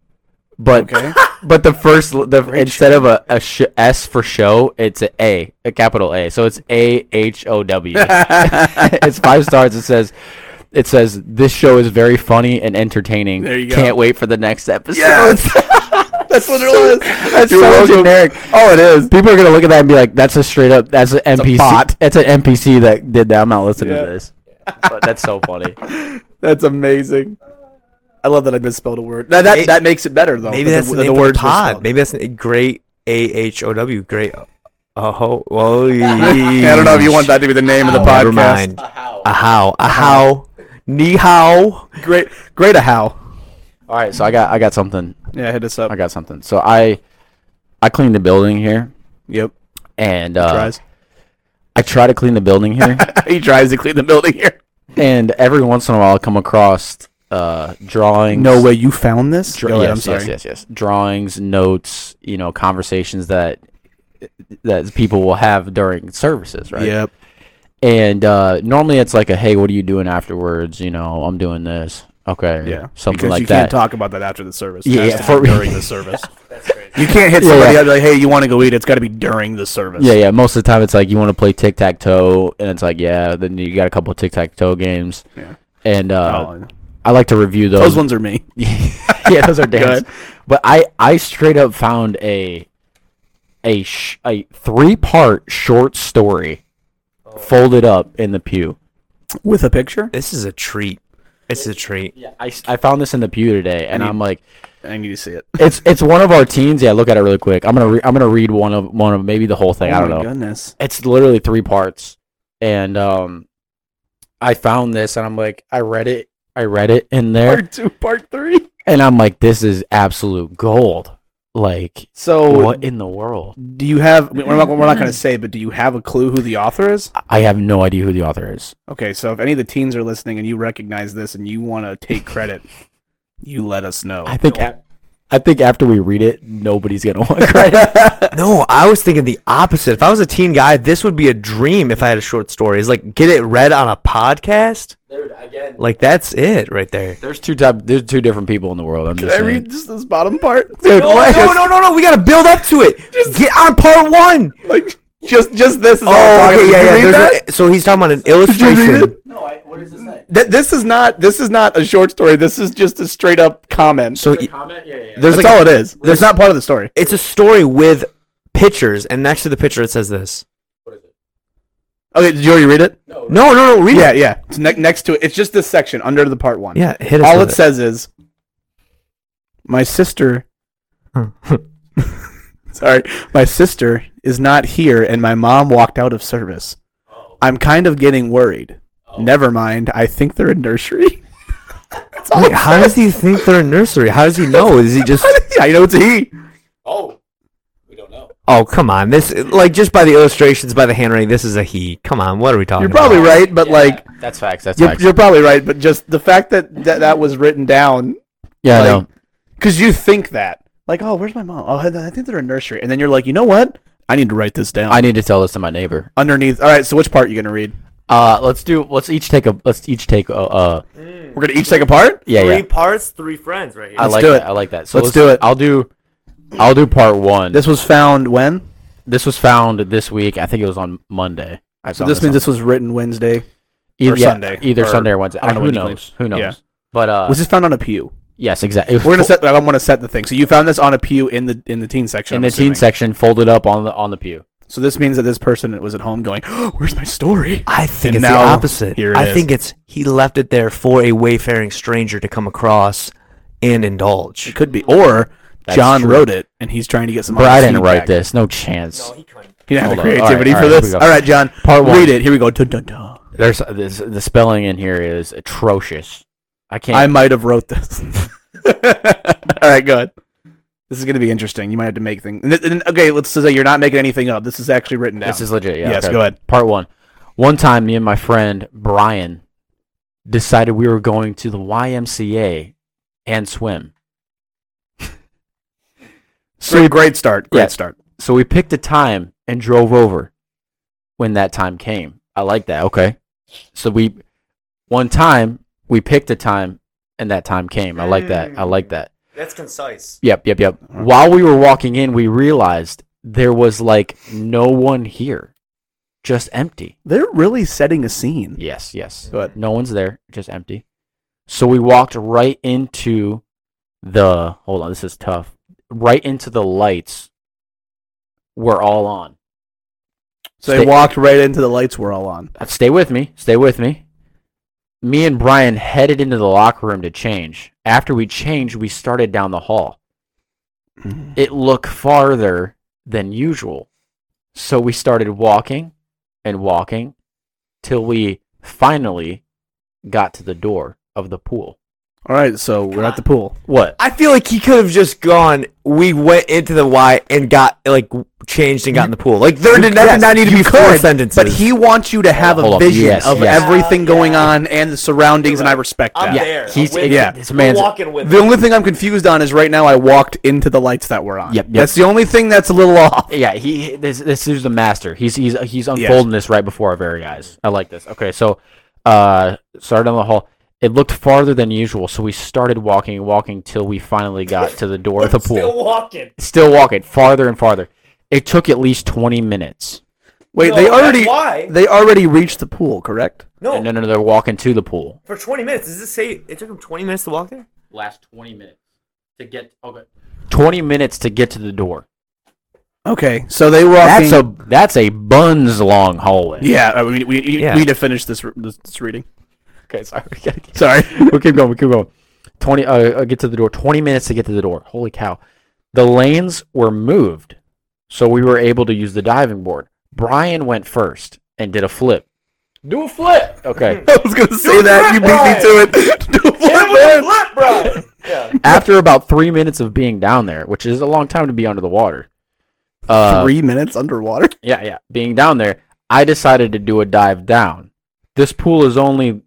but
Okay.
but the first l- the instead of a, a sh- S for show, it's a A, a capital A. So it's A H O W. It's five stars. It says. It says this show is very funny and entertaining.
There you go.
Can't wait for the next episode.
That's what it was.
That's so generic. Oh, it is. People are gonna look at that and be like, "That's a straight up. That's an NPC.
bot."
That's an NPC that did that. I'm not listening
Yeah.
to this." But that's so funny.
That's amazing. I love that I misspelled a word. That that,
May-
that makes it better though.
Maybe
that
that's the, name of
word's
the pod.
misspelled.
Maybe that's a great A H O W. Great. Oh, whoa.
I don't know if you want that to be the name of the
Oh,
podcast.
Never mind.
a how.
A how? A how? Ni hao?
Great, great a how.
All right, so I got I got something.
Yeah, hit us up.
I got something. So I I cleaned the building here,
Yep.
and uh,
Tries.
I try to clean the building here,
he tries to clean the building here.
and every once in a while I come across uh, drawings.
No way you found this.
Dra-
Go ahead,
yes,
I'm sorry.
yes, yes, yes. Drawings, notes, you know, conversations that that people will have during services, right?
Yep.
And uh, normally it's like a, hey, what are you doing afterwards? You know, I'm doing this. Okay.
Yeah.
Something
because
like
you
that.
can't talk about that after the service.
Yeah,
It
yeah,
has to be
for-
during the service.
That's crazy.
You can't hit
Yeah,
somebody
yeah.
up like, "Hey, you want to go eat?" It's got to be during the service.
yeah, yeah. Most of the time it's like you want to play tic tac toe, and it's like yeah. Then you got a couple tic tac toe games.
Yeah.
And uh,
Oh,
I like to review those.
those ones are me.
yeah, those are dance. But I I straight up found a a sh- a three part short story Oh. folded up in the pew.
With a picture.
This is a treat. It's a treat.
Yeah, I, s- I found this in the pew today, and I'm like,
I need to see it.
it's it's one of our teens. Yeah, look at it really quick. I'm gonna re- I'm gonna read one of one of maybe the whole thing. I don't
oh my
know.
goodness.
It's literally three parts, and um, I found this, and I'm like, I read it. I read it in there,
Part two, part three.
and I'm like, this is absolute gold. Like,
So,
what in the world?
do you have? We're not, we're not going to say, but do you have a clue who the author is?
I have no idea who the author is.
Okay, so if any of the teens are listening and you recognize this and you want to take credit, you let us know.
I think a- I think after we read it, nobody's gonna want credit.
No, I was thinking the opposite. If I was a teen guy, this would be a dream if I had a short story. It's like get it read on a podcast.
Dude, again,
Like that's it right there.
there's two type. There's two different people in the world. I'm
Can
just
I
saying.
read just this bottom part?
Dude,
no,
no, no, no, no, no. We gotta build up to it. Get on part one.
Like just just this. Is all I'm
Oh,
talking
okay,
about.
yeah,
Did
yeah.
you read
there's
that?
a- so he's talking about an
you read
illustration.
it?
no, I, what does it say?
Th- this is not this is not a short story. This is just a straight up comment.
So
The
y-
comment? Yeah, yeah. yeah.
there's
that's
like
all it is. It's not part of the story.
it's a story with pictures, and next to the picture it says this.
What is it?
Okay, did you already read it?
No.
No, no, no. Read
Oh. Yeah,
it.
yeah. It's ne- next to it. It's just this section under the part one.
Yeah, hit us.
All
with
it says is, my sister. Sorry, my sister is not here, and my mom walked out of service.
Oh.
I'm kind of getting worried.
Oh.
Never mind. I think they're in nursery. That's all.
Wait, how does he think they're in nursery? How does he know? Is he just?
I know it's a he.
Oh. We don't know.
Oh, come on! This like just by the illustrations, by the handwriting, this is a he. Come on, what are we talking?
You're probably
about?
right, but
Yeah.
like
That's facts. That's
you're, you're probably right, but just the fact that that, that was written down
yeah,
like- because you think that like oh where's my mom oh I I think they're in nursery and then you're like you know what I need to write this down
I need to tell this to my neighbor.
underneath all right so which part are you gonna read
Uh, let's do. Let's each take a. Let's each take a. Uh,
we're gonna each take a part
yeah, yeah.
parts, three friends right here.
I
Let's
like
do
that.
it.
I like that. So
Let's do it.
I'll do. I'll do part one. This
this was found when
this was found this week. I think it was on Monday. I
so
found
this means
on- Uh.
this was written Wednesday
either
or Sunday,
either
or-
Sunday or Wednesday.
I don't know
who
when you
knows? Who knows?
Yeah.
But uh,
was this found on a pew
yes, exactly.
we're gonna set I'm gonna set the thing so you found this on a pew in the in the teen section
in
I'm
the
assuming.
teen section, folded up on the on the pew.
so this means that this person was at home going oh, where's my story
I think
And
it's
now,
the opposite.
here it
I
is.
think it's he left it there for a wayfaring stranger to come across and indulge.
it could be or
That's
John
true.
wrote it and he's trying to get some
Bro, I
honest
didn't write
feedback.
this. No chance.
No, he couldn't.
You didn't have the
Hold on.
creativity
All right, all
for
right,
this.
here
All
we go.
right, John.
Part one.
Read it. Here we go. Dun, dun, dun.
There's this, the spelling in here is atrocious. I can't.
I might have wrote this. all right, go ahead. This is going to be interesting. You might have to make things. and th- and- okay, let's say you're not making anything up. This is actually written down.
This is legit. Yeah.
yes,
okay.
go ahead.
Part one. One time, me and my friend Brian decided we were going to the YMCA and swim.
So great start. Great
Yeah.
start.
So we picked a time and drove over when that time came. I like that. Okay. So we, one time, we picked a time and that time came. I like that. I like that.
That's concise.
Yep, yep, yep. While we were walking in, we realized there was like no one here, just empty.
They're really setting a scene.
Yes, yes.
Go ahead.
No one's there, just empty. So we walked right into the. Hold on, this is tough. Right into the lights. We're all on.
So they
Stay-
walked right into the lights we're all on.
Uh, Stay with me. Stay with me. Me and Brian headed into the locker room to change. After we changed, we started down the hall. It looked farther than usual. So we started walking and walking till we finally got to the door of the pool.
All right, so we're at the pool.
What?
I feel like he could have just gone. We went into the Y and got like changed and got in the pool. Like there did not, did not need to be four sentences.
But he wants you to have
Hold
a
on.
vision
Yes,
of
yes.
everything
Yeah,
going
Uh, yeah.
on and the surroundings, and I respect that.
I'm
Yeah,
there.
he's-
I'm with
yeah,
it.
this
We're
man's-
walking with
The
it.
only thing I'm confused on is right now I walked into the lights that we're on.
Yep, yep.
That's the only thing that's a little off.
Yeah, he this this is the master. He's he's he's unfolding this right before our very eyes. I like this. Okay, so uh started down the hall. It looked farther than usual, so we started walking and walking till we finally got to the door of the pool.
Still walking.
Still walking farther and farther. It took at least twenty minutes.
Wait,
No,
they
that's
already
why.
they already reached the pool, correct?
No, no, no, they're walking to the pool.
For 20 minutes. Does this say it took him 20 minutes to walk there?
Last twenty minutes to get. Okay. Twenty minutes to get to the door.
Okay, so they were
That's a that's a buns long hallway.
yeah. I mean, we, we
Yeah.
need to finish this re- this, this reading.
Okay, sorry.
Sorry.
we'll keep going. We'll keep going. Twenty. Uh, uh, get to the door. Twenty minutes to get to the door. Holy cow! The lanes were moved, so we were able to use the diving board. Brian went first and did a flip. Do a flip. Okay.
I was gonna say that. You beat me to it. Do a flip, man.
Flip, bro. yeah.
After about three minutes of being down there, which is a long time to be under the water. Uh,
Three minutes underwater.
Yeah, yeah. Being down there, I decided to do a dive down. This pool is only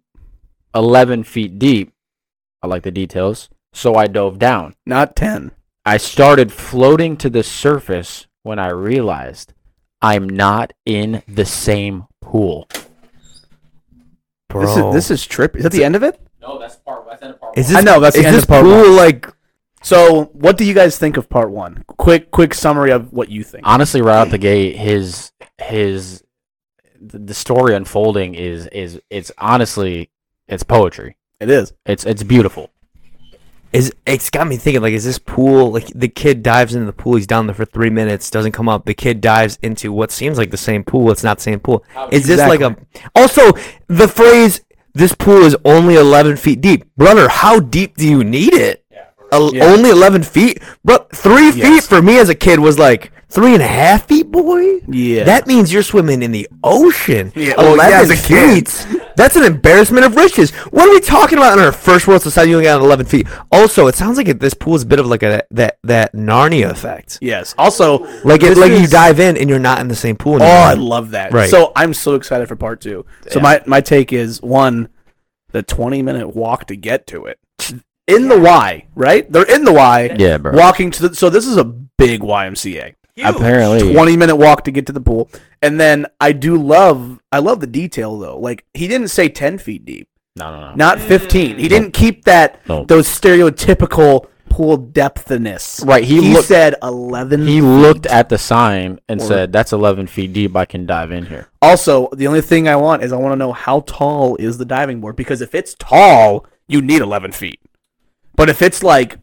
eleven feet deep. I like the details, so I dove down.
Not ten.
I started floating to the surface when I realized I'm not in the same pool.
Bro.
This is this is trip. Is that the end of it?
No, that's part. That's end of part.
Is this,
I know, that's
is
the end
this
of part
pool
one.
like
So, what do you guys think of part one? Quick, quick summary of what you think.
honestly right out the gate his his the the story unfolding is is it's honestly it's poetry
It is.
it's it's beautiful
is it's got me thinking like is this pool like the kid dives into the pool he's down there for three minutes doesn't come up the kid dives into what seems like the same pool it's not the same pool is this like a also the phrase this pool is only 11 feet deep brother how deep do you need it El-
Yeah.
only 11 feet but three feet
Yes.
for me as a kid was like three and a half feet boy
Yeah.
that means you're swimming in the ocean
Yeah, well, yeah, as a kid.
feet that's an embarrassment of riches what are we talking about in our first world society you only got 11 feet also it sounds like it, this pool is a bit of like a that that narnia effect
Yes. Also,
like it,
this
like you
is-
dive in and you're not in the same pool
Oh,
anymore.
I love that.
Right.
So I'm so excited for part two. So my, my take is one, the 20 minute walk to get to it. In the Y, right? They're in the Y.
Yeah, bro.
Walking to the. So this is a big YMCA.
apparently
20 minute walk to get to the pool. And then I do love, I love the detail though. Like he didn't say 10 feet deep,
no no no
not 15. He didn't keep that,
No.
those stereotypical pool depthness.
Right, he looked-
said 11
he looked at the sign and
Or-
said that's 11 feet deep i can dive in here
Also, the only thing I want is I want to know how tall is the diving board because if it's tall, you need 11 feet. But if it's like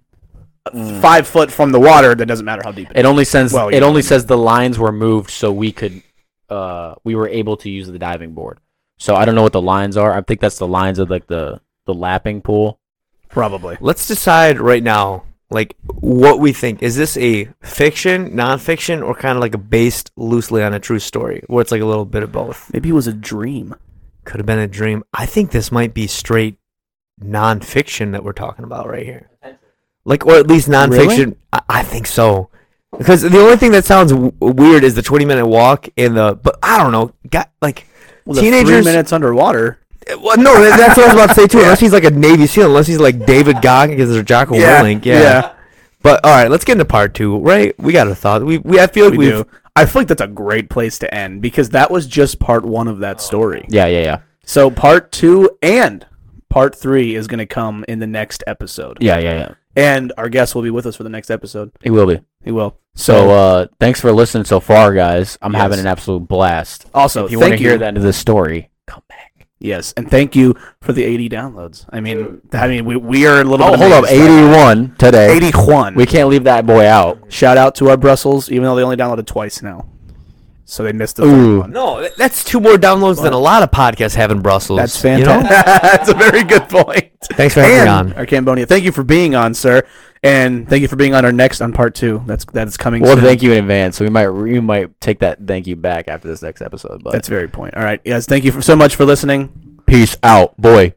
Mm.
five foot from the water, that doesn't matter how deep it is.
it only says
Well,
it
yeah.
only says the lines were moved so we could uh we were able to use the diving board so i don't know what the lines are i think that's the lines of like the the lapping pool
Probably.
Let's decide right now, like what we think. Is this a fiction, nonfiction, or kind of like a based loosely on a true story, where it's like a little bit of both?
Maybe it was a dream.
Could have been a dream. I think this might be straight nonfiction that we're talking about right here, like or at least nonfiction. I, I think so, because the only thing that sounds w- weird is the twenty-minute walk in the. But I don't know, got like.
Well,
Teenagers, Uh,
Teenagers. Three minutes underwater.
well, no, that- that's what I was about to say too. Unless he's like a Navy SEAL, unless he's like David Goggins or Jocko Willink, yeah. But all right, let's get into part two, right? We got a thought. We, we I feel like
We
we
do. I feel like that's a great place to end because that was just part one of that story.
Oh, yeah yeah yeah
So, part two and part three is going to come in the next episode.
yeah yeah yeah
And our guest will be with us for the next episode.
it will be
He will.
So uh, thanks for listening so far, guys. I'm
Yes.
having an absolute blast.
also,
If you want to
thank
hear
you.
the end of this story, come back.
Yes, and thank you for the 80 downloads. I mean, I mean, we, we are a little.
Oh,
bit
hold up,
amazed by
81 today.
that. 81.
We can't leave that boy out.
Shout out to our Brussels, even though they only downloaded twice now, so they missed the third
Ooh.
one.
no. that- That's two more downloads than a lot of podcasts have in Brussels.
That's
you know?
fantastic. That's a very good point.
Thanks for having me on.
And our Cambodia, thank you for being on, sir, and thank you for being on our next on part two. That's that is coming.
Well,
soon.
thank you in advance. So we might we might take that thank you back after this next episode. But
That's very point. All right, guys, thank you for, so much for listening.
peace out, boy.